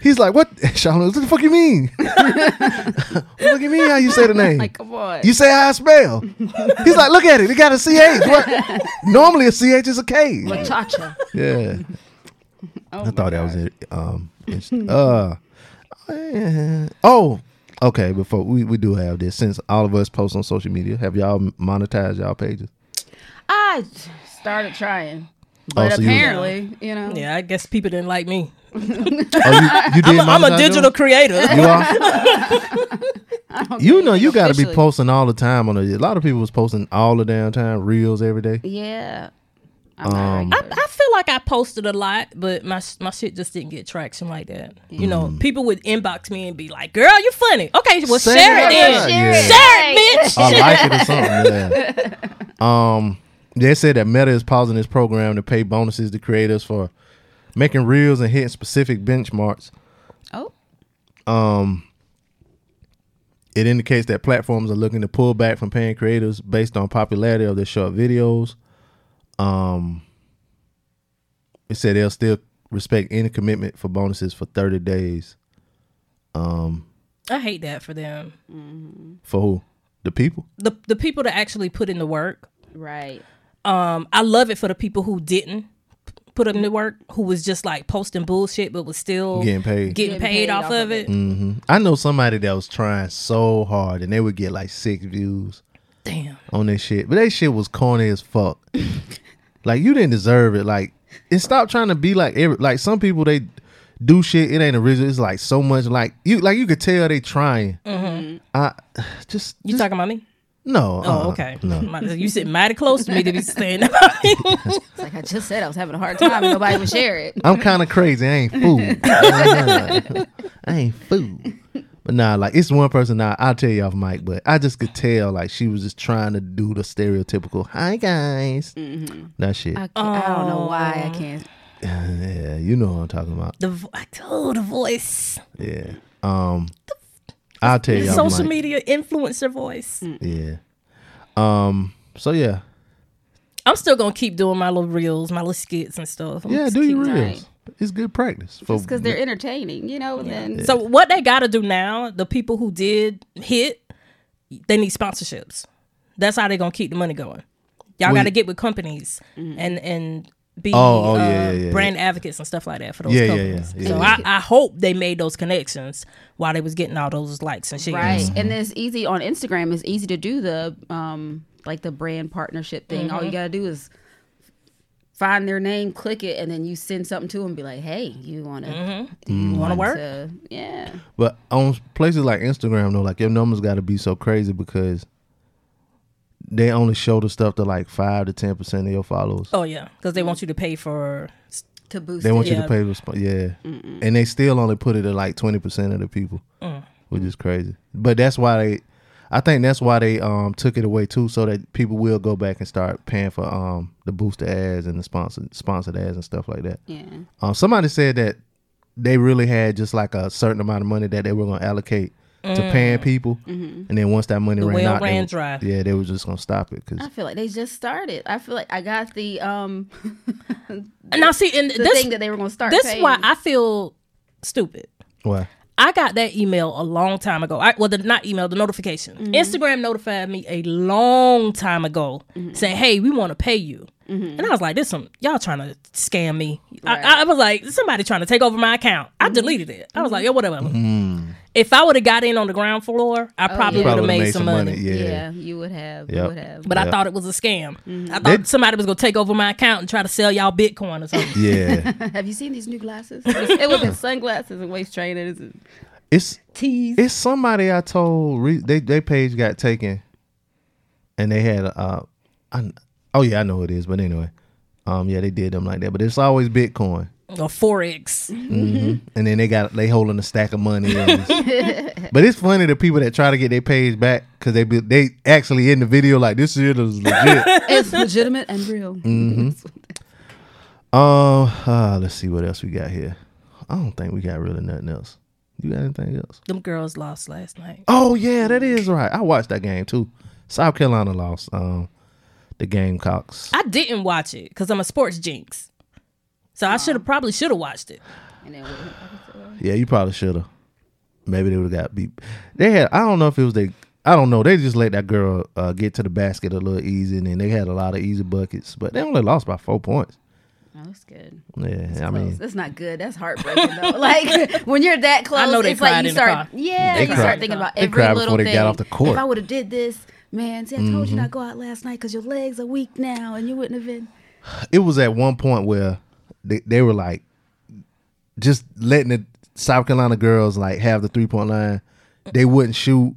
he's like, "What?" Charlamagne, what the fuck you mean? what the fuck you mean? How you say the name?
Like come on.
you say how I spell. He's like, look at it. It got a CH. What? Normally a CH is a K.
Cha cha. Oh,
Yeah. I thought that was it. Um, uh, eh, oh, okay. Before we, we do have this, since all of us post on social media, have y'all monetized y'all pages?
I started trying,
Oh,
but
so you-
apparently, you, know,
Yeah, I guess people didn't like me.
Oh, you, you did
I'm a
monetize
digital
yours?
creator.
You are. you know, you got to be
Officially.
posting all the time on it. A lot of people was posting all the damn time reels every day.
yeah. I'm not
Um,
regular.
I feel like I posted a lot, but my sh- my shit just didn't get traction like that. You know, people would inbox me and be like, "Girl, you funny." Okay, well,
Mm. Say
share
it
it
out.
then. Share
Yeah.
it, bitch.
I like it or something. Yeah. Um, they said that Meta is pausing this program to pay bonuses to creators for making reels and hitting specific benchmarks. Um,
oh,
It indicates that platforms are looking to pull back from paying creators based on popularity of their short videos. Um, it said they'll still respect any commitment for bonuses for thirty days.
I hate that for them.
For who? The people.
The the people that actually put in the work.
right.
Um, I love it for the people who didn't put in the work, who was just like posting bullshit, but was still
Getting paid. Mm.
getting paid, off, of it.
I know somebody that was trying so hard, and they would get like six views.
Damn.
on this shit. But that shit was corny as fuck. like you didn't deserve it. Like and stop trying to be like every like some people they do shit. It ain't original. It's like so much like you like you could tell they trying. I just
Mm-hmm. You talking about me?
no.
Oh,
uh-uh,
okay.
No.
My- You sitting mighty close to me to be saying
It's like I just said, I was having a hard time, and nobody would share it.
I'm kind of crazy. I ain't fool. I ain't fool. But nah, like it's one person. Now I'll tell you off mic, but I just could tell like she was just trying to do the stereotypical "Hi guys," that shit.
I, can't- I don't know why I can't.
yeah, you know what I'm talking about.
the vo- oh, the voice,
Yeah. Um, I'll tell you.
social media influencer voice.
Yeah. Um. So yeah.
I'm still gonna keep doing my little reels, my little skits and stuff. I'm
Yeah.
just
Do your
keep-
reels.
trying.
It's good practice. For,
Because they're entertaining, you know. And then
So what they gotta do now? The people who did hit, they need sponsorships. That's how they gonna keep the money going. Y'all
Well,
gotta
you-
get with companies
Mm.
and and be
Oh, oh,
uh,
yeah, yeah, yeah, yeah.
brand advocates and stuff like that for those
Yeah, yeah, yeah,
companies.
yeah,
so
yeah.
I, I hope they made those connections while they was getting all those likes and shit.
right and it's easy on instagram it's easy to do the um like the brand partnership thing
Mm-hmm.
all you gotta do is find their name click it and then you send something to them be like hey you want to
Wanna Mm-hmm. work?
to yeah
but on places like Instagram though, like your numbers got to be so crazy because they only show the stuff to like five to ten percent of your followers.
Oh yeah, because they want you to pay for.
to boost
They want
it
you
Yeah.
to pay response. Yeah. And they still only put it at like twenty percent of the people, which is crazy. But that's why they. I think that's why they um took it away too, so that people will go back and start paying for um the booster ads and the sponsored sponsored ads and stuff like that.
yeah
Um, somebody said that they really had just like a certain amount of money that they were gonna allocate to paying people, and then once that money
Mm. The
ran
well
out, they
ran
were-
dry.
Yeah, they were just gonna stop it because
i feel like they just started i feel like i got the um
And now see, and
the
this
thing that they were gonna start
this
paying.
why I feel stupid.
why?
I got that email a long time ago. I, well, the, not email, the notification. Instagram notified me a long time ago saying, "Hey, we want to pay you." And I was like, "This some y'all trying to scam me." I, I was like, "Somebody trying to take over my account." I deleted it. I was like, "Yo, whatever." If I would have got in on the ground floor, I Mm-hmm. probably would
Probably
have
would've
made, some money.
yeah.
Yeah.
you would have
Yep.
you would have
But I
Yeah.
thought it was a scam. I thought
They-
somebody was gonna take over my account and try to sell y'all Bitcoin or something.
Yeah,
have you seen these new glasses it would have been sunglasses and waist trainers and
it's
tees
It's somebody I told re- they they page got taken, and they had uh, I, oh yeah I know who it is, but anyway, um yeah they did them like that, but it's always Bitcoin,
or forex.
and then they got they holding a stack of money. and it's- but it's funny the people that try to get their page back because they be, they actually in the video like this shit is legit.
it's legitimate and real
Mm-hmm. um, uh, let's see what else we got here. I don't think we got really nothing else. You got anything else?
Them girls lost last night.
Oh yeah, that is right. I watched that game too. South Carolina lost. Um, the Gamecocks.
I didn't watch it because I'm a sports jinx. So I should have probably should have watched it.
and then what-
Yeah, you probably should have. Maybe they would have got beat. They had. I don't know if it was they. I don't know. They just let that girl uh, get to the basket a little easy, and then they had a lot of easy buckets. But they only lost by four points.
Oh, that's good.
Yeah, I
Close.
mean,
that's not good. That's heartbreaking though. like when you're that close,
know they
it's like
cried
you
in the
start,
car.
yeah,
They
you
cried.
start thinking about
They
every
cried
little
before they
thing.
got off the court. Mm-hmm.
If I would have did this, man, see, I told you not to go out last night because your legs are weak now, and you wouldn't have been.
it was at one point where they, they were like just letting the South Carolina girls like have the three point line. They wouldn't shoot.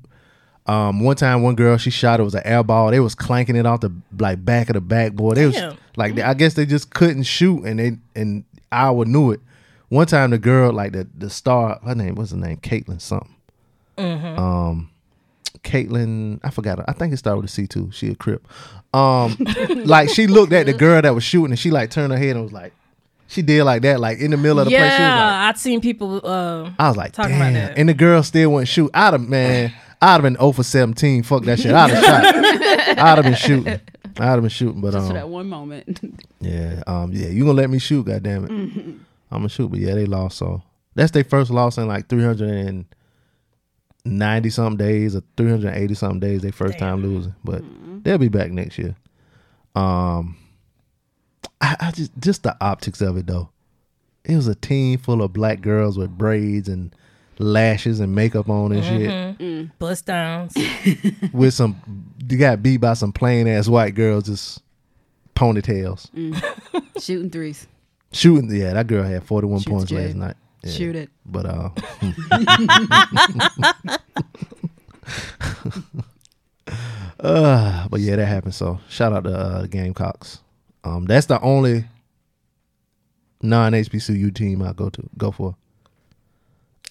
Um, one time, one girl she shot it was an air ball. They was clanking it off the like back of the backboard. They
Damn.
was like they, I guess they just couldn't shoot, and they and Iowa knew it. One time, the girl like the the star her name what's her name Caitlin something. Caitlyn, I forgot. Her. I think it started with a C two. She a crip. Um, like she looked at the girl that was shooting, and she like turned her head and was like, she did like that, like in the middle of the place. She was like,
Yeah, I've seen people. Uh,
I was like,
Talking about
damn.
that.
And the girl still wouldn't shoot. I'd have man, I'd have been 0 for 17. Fuck that shit. I'd have shot. I'd have been shooting. I'd have been shooting. But um,
one moment. Mm-hmm.
yeah, um, yeah, you gonna let me shoot? God damn it, I'm gonna shoot. But yeah, they lost. So that's their first loss in like 390 something days or 380 something days. Their first time losing, but
Mm-hmm.
they'll be back next year. Um, I, I just just the optics of it though. It was a team full of black girls with braids and lashes and makeup on and shit.
bust downs.
Oh.
Mm-hmm.
With some, they got beat by some plain ass white girls, just ponytails
Mm. Shooting threes.
shooting. Yeah, that girl had forty one
Shoots
points last
good.
night. Yeah.
Shoot it.
But uh, uh, but yeah, that happened. So shout out to uh, the Gamecocks. Um, that's the only non HBCU team I go to go for.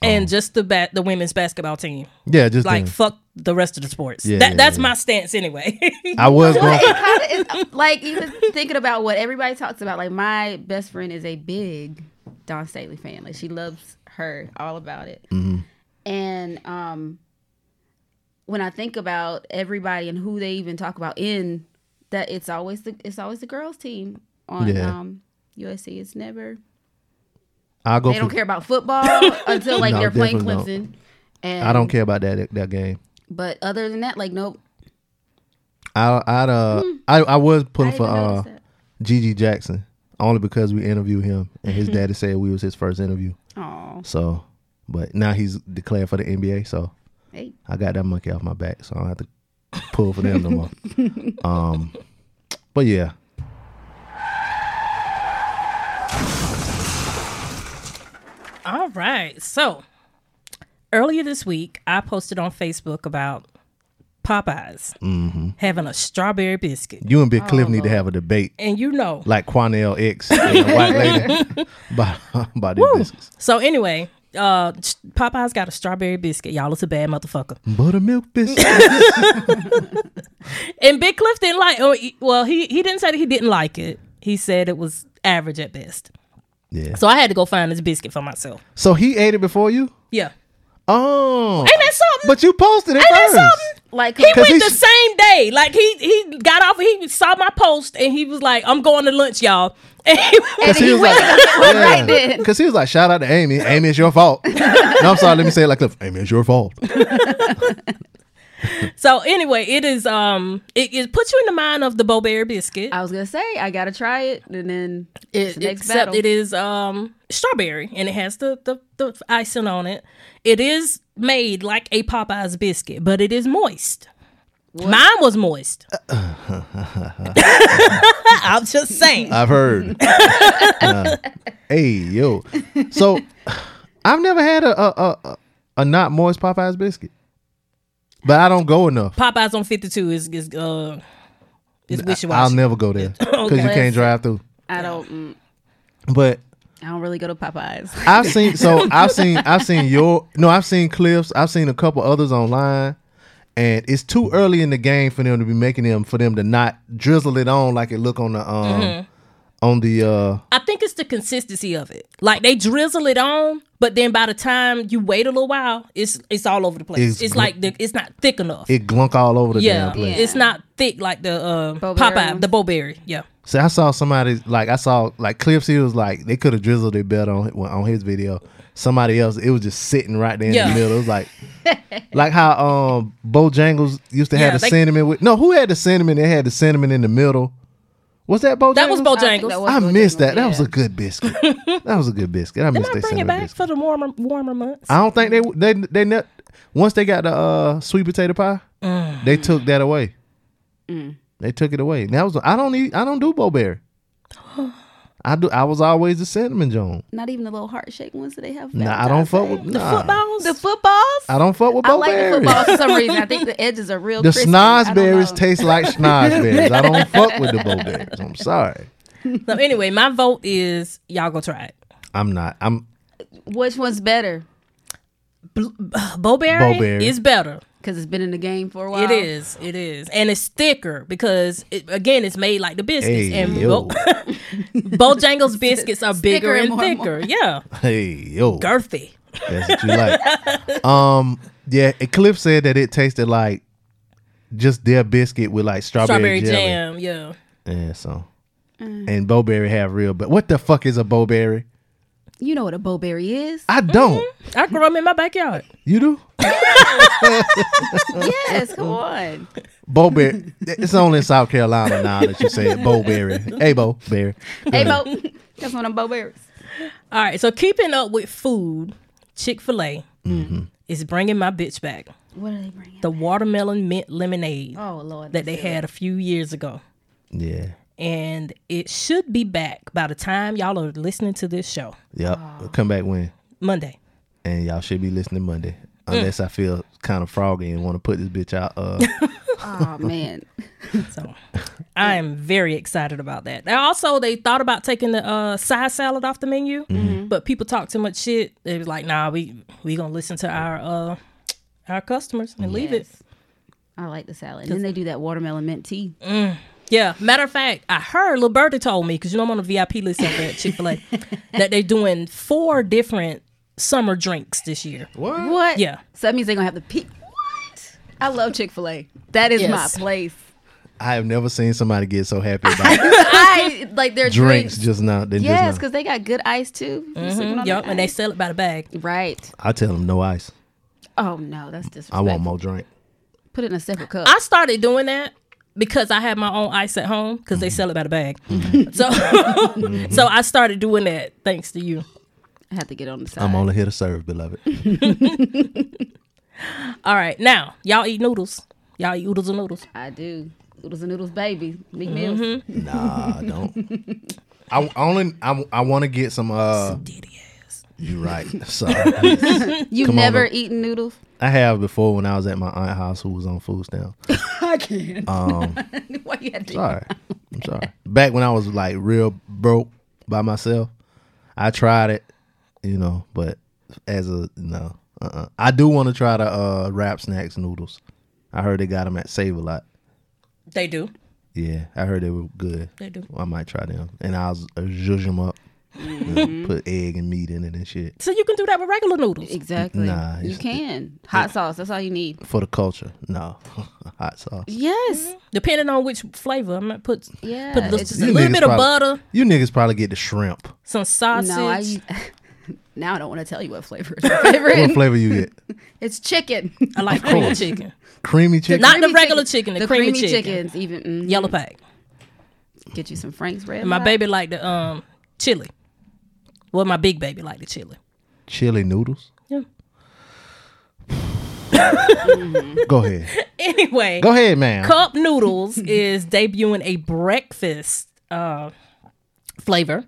and just the bat, the women's basketball team.
Yeah, just
Like
them.
fuck the rest of the sports.
Yeah,
that
yeah,
that's
yeah.
my stance anyway.
I was going.
Kinda is- like even thinking about what everybody talks about. Like my best friend is a big Don Staley fan. Like she loves her, all about it.
Mm-hmm.
And um, when I think about everybody and who they even talk about in that, it's always the it's always the girls team on
Yeah.
um, USC. It's never
I go.
they
For,
don't care about football until like
No,
they're playing Clemson.
definitely
And
I don't care about that that game.
But other than that, like nope.
I I'd, uh, I I was pulling
Hmm.
for
I didn't
uh,
notice that.
Gigi Jackson only because we interviewed him and his daddy said we was his first interview.
Oh,
So, but now he's declared for the NBA. So
hey,
I got that monkey off my back. So I don't have to pull for them no more. Um, but yeah,
All right. So earlier this week, I posted on Facebook about Popeyes
Mm-hmm.
having a strawberry biscuit,
you and Big Cliff
Oh,
need to have a debate
and you know.
like Quanell X and the white lady about, about these biscuits.
So anyway, uh, Popeyes got a strawberry biscuit. Y'all, it's a bad motherfucker.
Buttermilk biscuits.
And Big Cliff didn't like. oh, he- Well, he he didn't say that he didn't like it. He said it was average at best.
yeah.
So I had to go find this biscuit for myself.
So he ate it before you?
Yeah.
Oh.
Ain't that something?
But you posted it
Ain't that
first.
something?
like
He went
Cause he
the
sh-
same day. Like he he got off. He saw my post and he was like, "I'm going to lunch, y'all." And he
Cause he,
he
was like,
went
yeah.
then.
Cause he was like, shout out to Amy. Amy, it's your fault. no, I'm sorry. Let me say it like, Cliff. Amy, it's your fault.
So anyway, it is um it, it puts you in the mind of the Bo Bear biscuit.
I was gonna say I gotta try it, and then it's
It-
the next
except
battle.
it is um strawberry and it has the, the the icing on it. It is made like a Popeye's biscuit, but it is moist. Mine was moist. I'm just saying.
I've heard. Uh, hey yo, so I've never had a a, a a- a not moist Popeyes biscuit, but I don't go enough.
Popeyes on 52 is is uh is wishy
I'll
washy.
never go there because you can't drive through.
I don't. Mm,
But
I don't really go to Popeyes.
I've seen so I've seen I've seen your no I've seen clips I've seen a couple others online, and it's too early in the game for them to be making them for them to not drizzle it on like it look on the um on the uh
I think it's the consistency of it. Like they drizzle it on, but then by the time you wait a little while, it's it's all over the place.
It's
It's,
gl-
like the, it's not thick enough.
it glunk all over the
yeah,
damn place.
it's not thick like the uh,
berry
Popeye,
ones?
the bowberry. Yeah,
See, I saw somebody like I saw like Cliff. He was like they could have drizzled it better on on his video. Somebody else, it was just sitting right there in
Yeah.
the middle. It was like like how um Bojangles used to
Yeah,
have the
they-
cinnamon with no who had the cinnamon. They had the cinnamon in the middle Was that Bojangles?
That was
think
Bojangles.
that was
I
Bojangles,
missed that. That
yeah.
was a good biscuit. that was a good biscuit. I
They
missed
might
that
bring it
cinnamon
back
biscuit.
for the warmer warmer months.
I don't think they they they ne- once they got the uh, sweet potato pie,
Mm.
they took that away. They took it away. And That was I don't eat I don't do bowberry. I do I was always the cinnamon Joan.
Not even the little heart shaped ones that they have.
Nah, I don't fuck with
the
nah.
footballs.
the footballs.
I don't fuck with
I like the
bowberry.
footballs for some reason. I think the edges are real.
the
crispy. I don't
snozberries
know.
taste like snozberries. I don't fuck with the bowberries. I'm sorry.
So anyway, my vote is y'all go try it.
I'm not. I'm
Which one's better?
uh,
Bowberry,
Bowberry.
is better.
Because it's been in the game for a while.
It is. It is. And it's thicker because it, again, it's made like the biscuits.
hey
and
yo.
Bo- Bojangles biscuits are bigger
and
and,
more and
thicker. Yeah.
hey yo.
Girthy.
That's what you like. um, yeah, and Cliff said that it tasted like just their biscuit with like
Strawberry
strawberry, jelly.
jam. Yeah.
Yeah, so and bowberry have real, but what the fuck is a bowberry?
You know what a bowberry is?
I
Mm-hmm.
don't.
I grew them in my backyard.
You do
yes, come on.
bowberry. it's only in South Carolina now that you say it. Bowberry, hey bowberry.
Hey, Bo. That's one of them bowberries.
All right. So keeping up with food, Chick fil A
Mm-hmm.
is bringing my bitch back.
What are they bringing?
The watermelon mint lemonade
Oh, Lord.
that they had a few years ago.
Yeah,
And it should be back by the time y'all are listening to this show.
yep. Come back when,
Monday.
and y'all should be listening Monday.
Mm.
Unless I feel kind of froggy and want to put this bitch out. Uh,
Oh, man.
So I am very excited about that. Now, also, they thought about taking the uh, side salad off the menu,
Mm-hmm.
but people talk too much shit. They was like, "Nah, we we gonna listen to our uh, our customers and leave it."
Yes. I like the salad. And then they do that watermelon mint tea.
Mm. Yeah. Matter of fact, I heard Lil Bertie told me because you know I'm on the VIP list over at Chick Fil A that they're doing four different summer drinks this year.
what?
What?
Yeah.
So that means they're going to have the pe- What? I love Chick fil A. That is
Yes.
my place.
I have never seen somebody get so happy about
I like their drinks.
drinks just now. than just
yes,
now.
because they got good ice too. You sipping on
Yep,
that
Mm-hmm. and they
ice?
sell it by the bag.
Right.
I tell them no ice.
Oh, no. That's disrespectful.
I want more drink.
Put it in a separate cup.
I started doing that because I had my own ice at home because
Mm-hmm.
they sell it by the bag. So, so I started doing that thanks to you.
I have to get on the side.
I'm only here to serve, beloved.
All right, now y'all eat noodles. Y'all eat oodles and noodles.
I do. Noodles and noodles, baby. McMills.
Mm-hmm.
nah, don't. I I only I, I want to get some. uh
Diddy ass.
You right? Sorry,
You
Come on
never
up.
eaten noodles?
I have before when I was at my aunt house who was on food stamps.
I can't. Why you had to?
Sorry, I'm sorry. Back when I was like real broke by myself, I tried it, you know. But as a no, uh-uh. I do want to try the uh, wrap snacks noodles. I heard they got them at Save a Lot.
They do.
Yeah, I heard they were good.
They do.
I might try them, and I'll z- uh, zhuzh them up, you know,
Mm-hmm.
put egg and meat in it and shit
So you can do that with regular noodles.
Exactly.
Nah,
you
it's-
can. Hot sauce. That's all you need.
for the culture. No, hot sauce.
Yes.
Depending on which flavor, I might put
Yeah.
Mm-hmm. put
it's
just
just-
a
You
little
niggas
bit of
probably-
butter,
You niggas probably get the shrimp.
some sausage.
no, I. Now I don't want to tell you what flavor it's my favorite.
What flavor you get?
It's chicken.
I like creamy chicken,
Creamy chicken.
Not- the
Creamy
regular chicken, the creamy chicken.
chickens, even mm,
yellow pack.
get you some Frank's red.
My
Hot.
baby like the um chili. Well, my big baby like the chili.
Chili noodles.
Yeah.
Go ahead.
Anyway,
Go ahead, man.
Cup Noodles is debuting a breakfast uh, flavor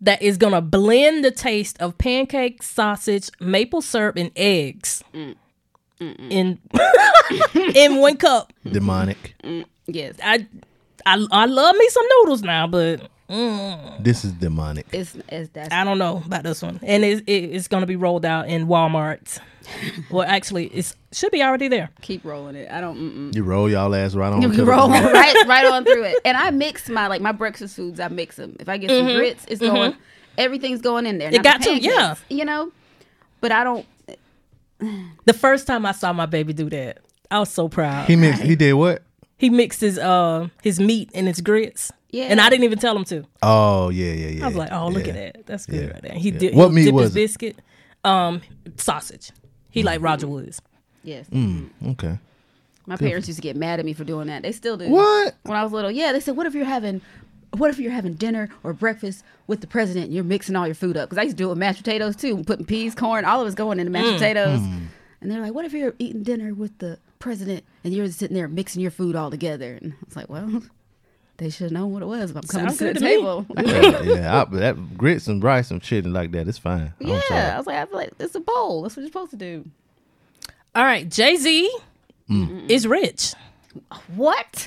that is going to blend the taste of pancakes, sausage, maple syrup, and eggs in in one cup.
Demonic.
Yes,
I, I I love me some noodles now, but
This is demonic.
it's, it's that's
I don't know about this one. And it, it, it's going to be rolled out in Walmart. well, actually, it should be already there.
keep rolling it. I don't. Mm-mm.
You roll y'all ass right on. to
You
the-
roll right, right on through it. And I mix my like my breakfast foods. I mix them. If I get some grits, it's going. Everything's going in there. It
Mm-hmm. got to, yeah.
You know, but I don't.
The first time I saw my baby do that, I was so proud.
He mixed, he did what?
he mixed his uh his meat and his grits.
Yeah.
And I didn't even tell him to.
Oh yeah, yeah, yeah.
I was like, oh, look
yeah.
at that. That's good
Yeah.
right there. He
Yeah.
did.
What
he
meat
dipped
was
his
it?
biscuit? Um, sausage. He like Roger Woods.
Yes.
Mm, Okay.
My parents used to get mad at me for doing that. They still do.
What?
When I was little, yeah, they said, "What if you're having, what if you're having dinner or breakfast with the president? and You're mixing all your food up." Because I used to do it with mashed potatoes too, putting peas, corn, all of us going into mashed
Mm.
potatoes. And they're like, "What if you're eating dinner with the president and you're sitting there mixing your food all together?" And I was like, "Well." They should have known what it was. If I'm coming
Sounds
to sit
good
at the
to me.
table.
yeah, yeah I, that grits and rice and shit like that. It's fine. I don't
Yeah, I
try.
was like, I feel like it's a bowl. That's what you're supposed to do.
All right, Jay Z is rich,
What?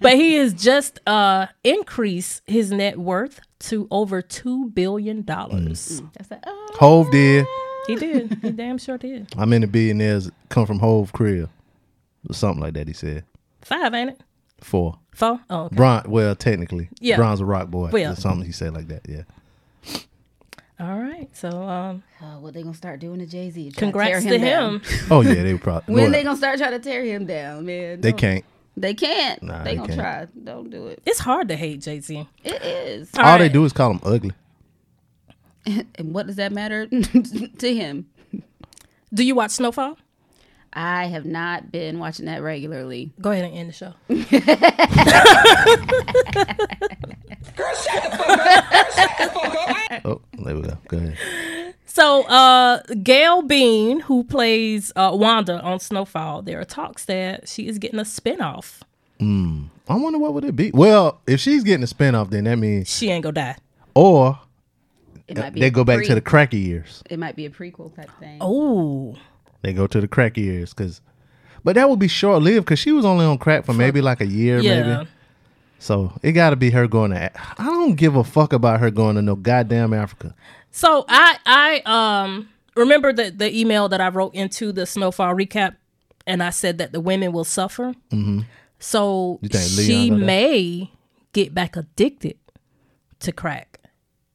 but he has just uh increased his net worth to over two billion dollars.
Mm.
That's like, oh,
Hove did.
He did. He damn sure did.
How many billionaires come from Hove crib? Or something like that. He said
Five, ain't it?
four.
Four. Oh, okay.
Bron, well, technically,
Yeah.
Bron's a rock boy
Well.
or something. He said like that. Yeah.
all right. So, um,
Oh, what they gonna start doing to Jay Z?
congrats to him.
Oh yeah, they were probably.
When they gonna start trying to tear him down, man?
They
Don't-
can't.
They can't.
Nah,
they,
they
gonna
can't.
try. Don't do it.
It's hard to hate Jay Z.
It is.
All they do is call him ugly.
And what does that matter to him?
Do you watch Snowfall?
I have not been watching that regularly.
Go ahead and end the show.
Oh, there we go. Go ahead.
So, uh, Gail Bean, who plays uh, Wanda on Snowfall, there are talks that she is getting a spinoff.
I wonder what would it be. Well, if she's getting a spinoff, then that means
She ain't gonna die.
or
It might be
they
a
go back
pre-
to the cracky years.
It might be a prequel type thing.
Oh,
They go to the cracky years because, but that would be short lived because she was only on crack for maybe like a year,
yeah.
maybe. So it got to be her going to. I don't give a fuck about her going to no goddamn Africa.
So I I um remember the the email that I wrote into the Snowfall recap, and I said that the women will suffer. Mm-hmm. So
think Leon
she
know that?
may get back addicted to crack,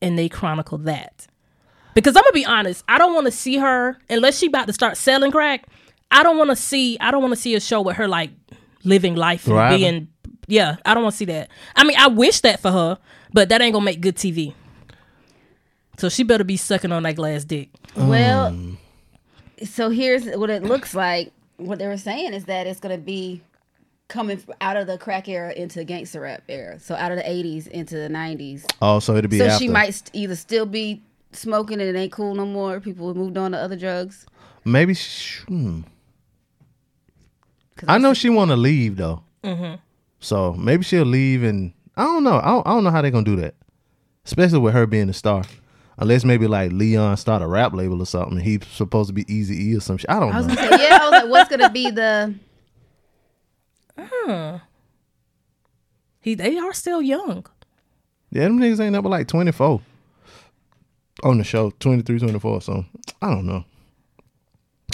and they chronicle that. Because I'm gonna be honest, I don't want to see her unless she about to start selling crack. I don't want to see. I don't want to see a show with her like living life and
Thriving.
being. Yeah, I don't want to see that. I mean, I wish that for her, but that ain't gonna make good TV. So she better be sucking on that glass dick.
Well,
Mm.
so here's what it looks like. What they were saying is that it's going to be coming f- out of the crack era into gangster rap era. So out of the 80s into the 90s.
Oh, so it'll be
so
after.
she might st- either still be smoking and it ain't cool no more. People have moved on to other drugs.
Maybe. She, hmm.
'Cause
I know she want to leave though.
Mm-hmm.
So maybe she'll leave, and I don't know. I don't, I don't know how they're gonna do that, especially with her being a star. Unless maybe like Leon start a rap label or something. and He's supposed to be Easy E or some shit. I don't
I was
know.
gonna say, yeah, I was like, what's gonna be the
He, they are still young.
Yeah, them niggas ain't up but like 24 on the show, 23, 24. So I don't know.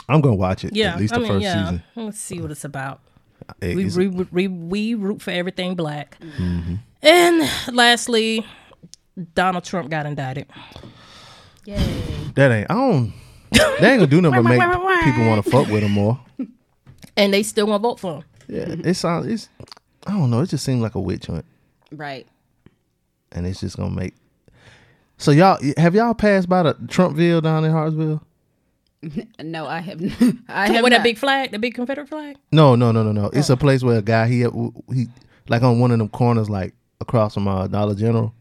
I'm gonna watch it.
Yeah,
at least
I
the
mean,
first
yeah.
season.
Let's see what it's about.
It- Mm-hmm.
We
it's-
re, re, we root for everything black. And lastly, Donald Trump got indicted.
that ain't. I don't. They ain't gonna do nothing but make people want to fuck with him more.
and they still gonna vote for him.
Yeah, it sounds. It's. I don't know. It just seems like a witch hunt.
right?
and it's just gonna make. So y'all have y'all passed by the Trumpville down in Hartsville?
No, I have. I have
With
not.
that big flag, the big Confederate flag.
No, no, no, no, no. It's a place where a guy he he like on one of them corners like across from uh, Dollar General.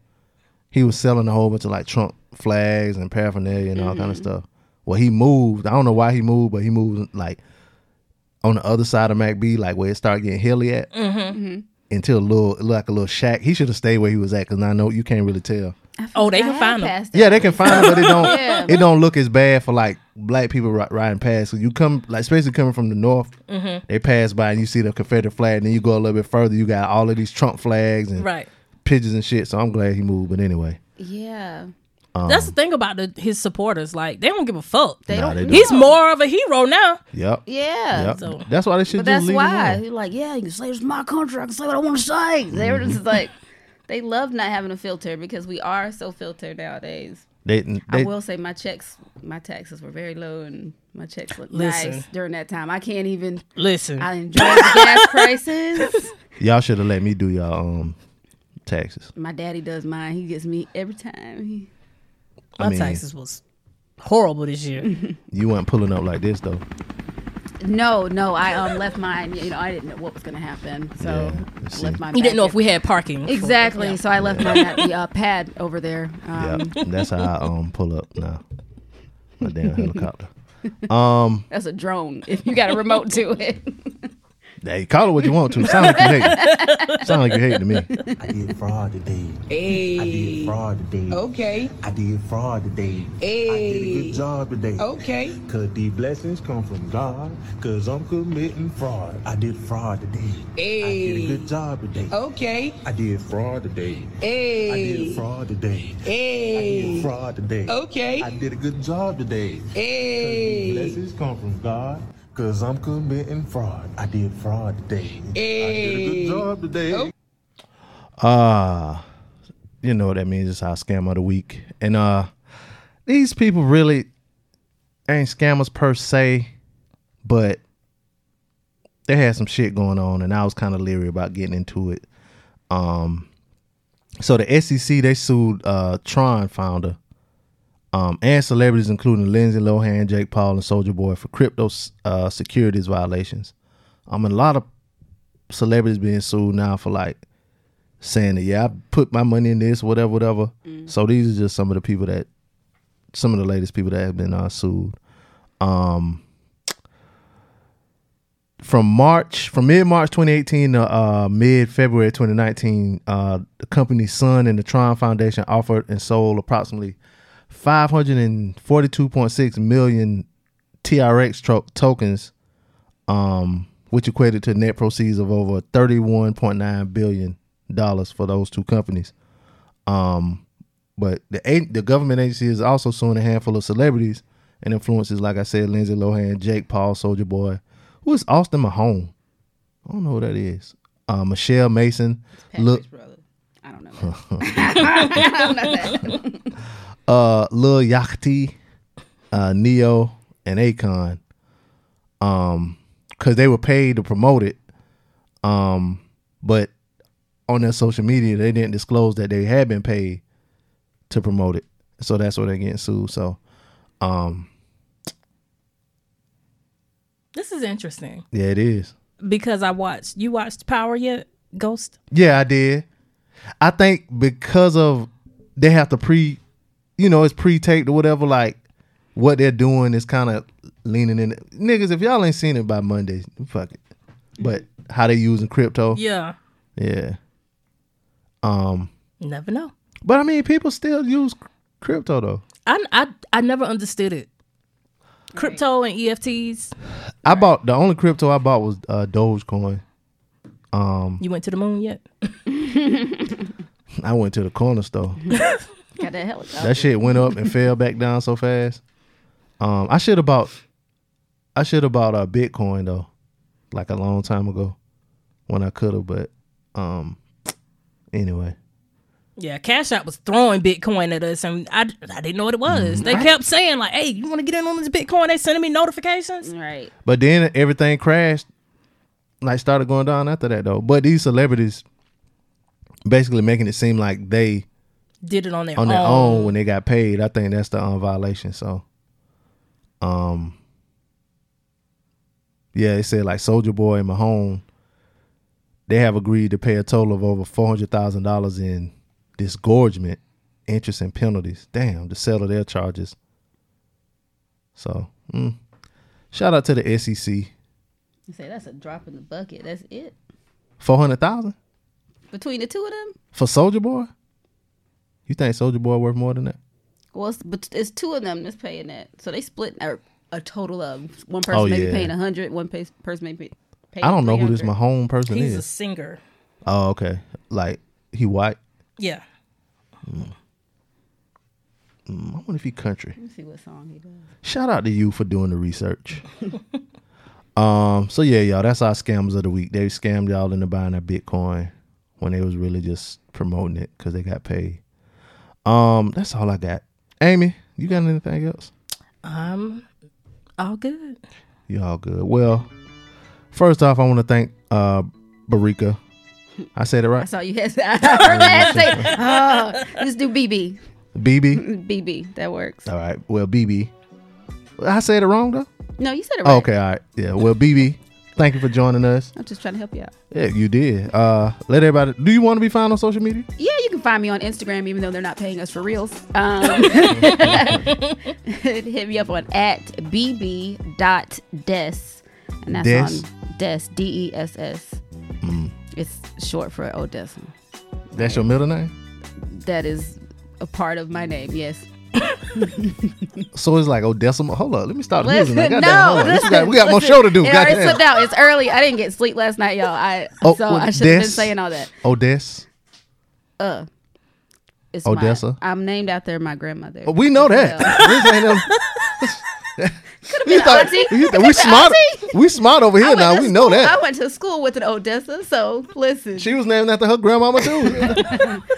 He was selling a whole bunch of like Trump flags and paraphernalia and all kind of stuff. Well, he moved. I don't know why he moved, but he moved like on the other side of MacB, like where it started getting hilly at. Mm-hmm. Until a little, it looked like a little shack. He should have stayed where he was at because I know you can't really tell.
Oh, they can
I
find him.
passed it.
Yeah, they can find it, but it don't
Yeah.
it don't look as bad for like black people ri- riding past. So you come like especially coming from the north,
Mm-hmm.
they pass by and you see the Confederate flag, and then you go a little bit further, you got all of these Trump flags and
Right.
pigeons and shit. So I'm glad he moved. But anyway,
Yeah,
Um.
That's the thing about the, his supporters. Like they don't give a fuck.
they
Nah,
don't.
they don't.
He's more of a hero now.
yep,
Yeah,
yep.
So-
that's why they should
but
just
that's
leave. Why?
why he's like, yeah, you can say this is my country. I can say what I want to say. They were just like, they love not having a filter because we are so filtered nowadays.
They,
I
they-
will say my checks, my taxes were very low, and my checks looked
Listen.
nice during that time. I can't even.
Listen,
I enjoyed the gas prices.
y'all should have let me do y'all um taxes.
My daddy does mine. He gets me every time. He,
my
I mean-
taxes was horrible this year.
You weren't pulling up like this though.
No, no, I um left mine. You know, I didn't know what was gonna happen, so
Yeah, I
I
see.
left mine.
You didn't know if
back
we had parking.
there. exactly. So I left mine at the uh, pad over there.
Yeah,
Um,
that's how I um pull up now. My damn helicopter. Um,
That's a drone. If you got a remote to it,
hey, call it what you want to. Sound like you hate. Sound like you hate to me.
I did fraud today. I did fraud today.
Okay.
I did fraud today. I did a good job today.
Okay.
Cause these blessings come from God. Cause I'm committing fraud. I did fraud today. I did a good job today.
Okay.
I did fraud today. I did
Oh. Hey.
fraud today. I
Hey.
did fraud today.
Okay.
I did a good job today.
Hey.
Cause these blessings come from God. Cause I'm committing fraud. I did fraud today. I did a good job today.
Uh you know what that means. It's our scam of the week. And uh these people really ain't scammers per se, but they had some shit going on and I was kind of leery about getting into it. Um so the SEC they sued uh Tron founder um and celebrities including Lindsay Lohan, Jake Paul and Soldier Boy for crypto uh securities violations. Um and a lot of celebrities being sued now for like saying that yeah, I put my money in this, whatever, whatever. So these are just some of the people that, some of the latest people that have been uh, sued. Um, from March, from mid March 2018 to uh, mid February 2019, uh, the company's Sun and the Tron Foundation offered and sold approximately 542.6 million TRX tro- tokens, um, which equated to net proceeds of over 31.9 billion dollars for those two companies. Um, but the a- the government agency is also suing a handful of celebrities and influences, like I said, Lindsay Lohan, Jake Paul, Soldier Boy. Who is Austin Mahone? I don't know who that is. Uh, Michelle Mason, Lil,
I don't know. that.
uh, Lil Yachty, uh, Neo, and Akon. Um, because they were paid to promote it. Um, but on their social media, they didn't disclose that they had been paid to promote it. So that's why they're getting sued. So, um,
This is interesting
yeah, it is.
because I watched. You watched Power yet? Ghost.
Yeah, I did. I think because of they have to pre, you know, it's pre-taped or whatever. Like what they're doing is kind of leaning in. Niggas, if y'all ain't seen it by Monday, fuck it. But how they using crypto?
Yeah.
Yeah. Um.
Never know.
But I mean, people still use crypto though.
I I I never understood it. Crypto and E EFTs.
I bought the only crypto I bought was uh, Dogecoin. Hmm.
You went to the moon yet?
I went to the corner store.
Got that helicopter.
That shit went up and fell back down so fast. Um, I should have bought, I should have bought uh, Bitcoin though, like a long time ago, when I could have. But um, anyway,
Yeah, Cash App was throwing Bitcoin at us, and I, I didn't know what it
Mm-hmm.
was. They kept saying like, "Hey, you want to get in on this Bitcoin?" They sending me notifications.
Right.
but then everything crashed, like started going down after that though. But these celebrities, basically making it seem like they
Did it on their
on
own.
their own
Um,
when they got paid. I think that's the um, violation. So, um, yeah, it said like Soldier Boy and Mahone, they have agreed to pay a total of over four hundred thousand dollars in disgorgement, interest, and penalties. Damn, to settle their charges. So, mm. shout out to the E SEC.
You say that's a drop in the bucket. That's it
Four hundred thousand
between the two of them.
for Soldier Boy. You think Soldier Boy worth more than that?
Well, it's, but it's two of them that's paying that, so they split a, a total of one person
Oh,
may be
yeah.
paying a hundred, one pa- person may be. Paying
I don't know who this
300.
Mahone person
He's
is.
a singer.
Oh, okay. Like he white.
Yeah,
I wonder if he country.
Let me see what song he does.
Shout out to you for doing the research. um. So yeah, y'all. That's our scams of the week. They scammed y'all into buying that Bitcoin when they was really just promoting it because they got paid. Um. That's all I got. Amy, you got anything else?
um, all good.
You all good. Well, first off, I want to thank uh Barika. I said it
I
right.
saw you had I heard that say, oh, just do BB,
BB.
BB. That works.
All right. Well, BB. I said it wrong though.
No, you said it right.
Oh, okay, all right. Yeah. Well, BB, thank you for joining us.
I'm just trying to help you out.
Yeah, you did. Uh, let everybody. Do you want to be found on social media?
Yeah, you can find me on Instagram, even though they're not paying us for reels. Um, hit me up on at bb.des. And that's
Des? Mm.
on Des, D E S S. It's short for Odessa.
That's your middle name.
That is a part of my name, yes.
So it's like Odessa. Mo- Hold up. Let me stop the music.
Listen,
Man.
no,
Goddamn, hold up. This
listen,
guy- we got more
listen.
show to do.
It already
Goddamn.
slipped out. It's early. I didn't get sleep last night, y'all. I
Oh,
so
well,
I should have
Des?
been saying all that.
Odessa.
It's
Odessa?
My, I'm named after my grandmother.
But we know that. This ain't no- You thought,
auntie.
you thought- we smart. We smart over
I
here
went
now.
to
We know
school- I
that.
went to school with an Odessa, so listen.
She was named after her grandmama too.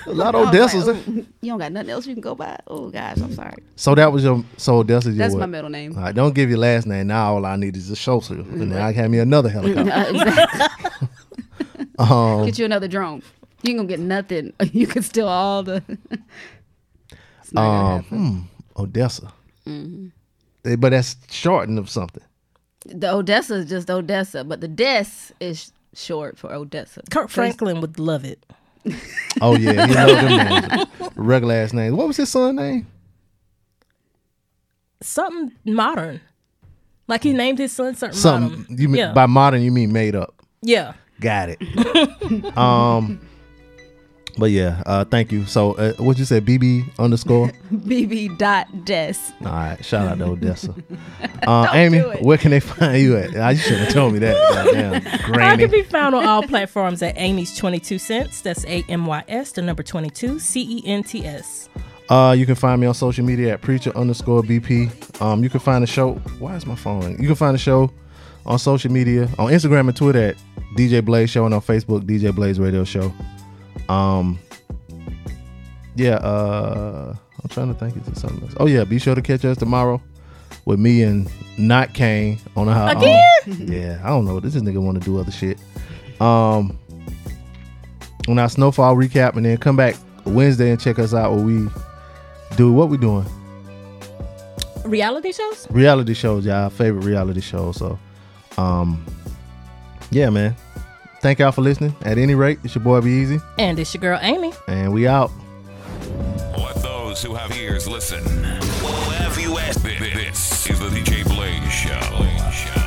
A lot of
I was
Odessas.
like, oh. "Ooh, you don't got nothing else you can go by. Oh gosh, I'm sorry.
So that was your so Odessa's your
That's
what?
my middle name.
All right, don't give your last name. Now all I need is a social,
Mm-hmm.
and then I can have me another helicopter.
Uh, exactly.
Um,
Get you another drone. You ain't gonna get nothing. You can steal all the. It's not gonna
um,
Mm-hmm. happen. Mm-hmm.
hmm, Odessa. Eh, But that's shortened of something.
the Odessa is just Odessa, but the Des is short for Odessa.
Kirk Franklin would love it.
Oh yeah, you know them names. regular ass names. What was his son name?
Something modern. Like he named his son something,
Something
modern.
you mean
yeah.
by modern? You mean made up?
yeah.
Got it. um, but yeah, uh, thank you. So uh, what you said, BB underscore.
BB dot Des.
All right, shout out to Odessa. Uh, Amy,
do it.
where can they find you at? Ah, You should have told me that. Goddamn,
I can
granny.
be found on all platforms at Amy's 22 cents. That's A M Y S, the number 22, C E N T S.
Uh, you can find me on social media at preacher underscore BP. Um, you can find the show. Why is my phone ringing? You can find the show on social media on Instagram and Twitter at DJ Blaze Show and on Facebook DJ Blaze Radio Show. Um, yeah. Uh, I'm trying to think. Is it something else? Oh yeah. Be sure to catch us tomorrow with me and not Kane on a
Again?
yeah. I don't know. This is nigga want to do other shit. Um, on our snowfall recap, and then come back Wednesday and check us out where we do what we doing.
Reality shows?
Reality shows, y'all favorite reality show. So, um, yeah, man. Thank y'all for listening. At any rate, it's your boy Be Easy,
And it's your girl, Amy.
and we out.
Let those who have ears listen. Whoever you ask, this is the DJ Blaze Show.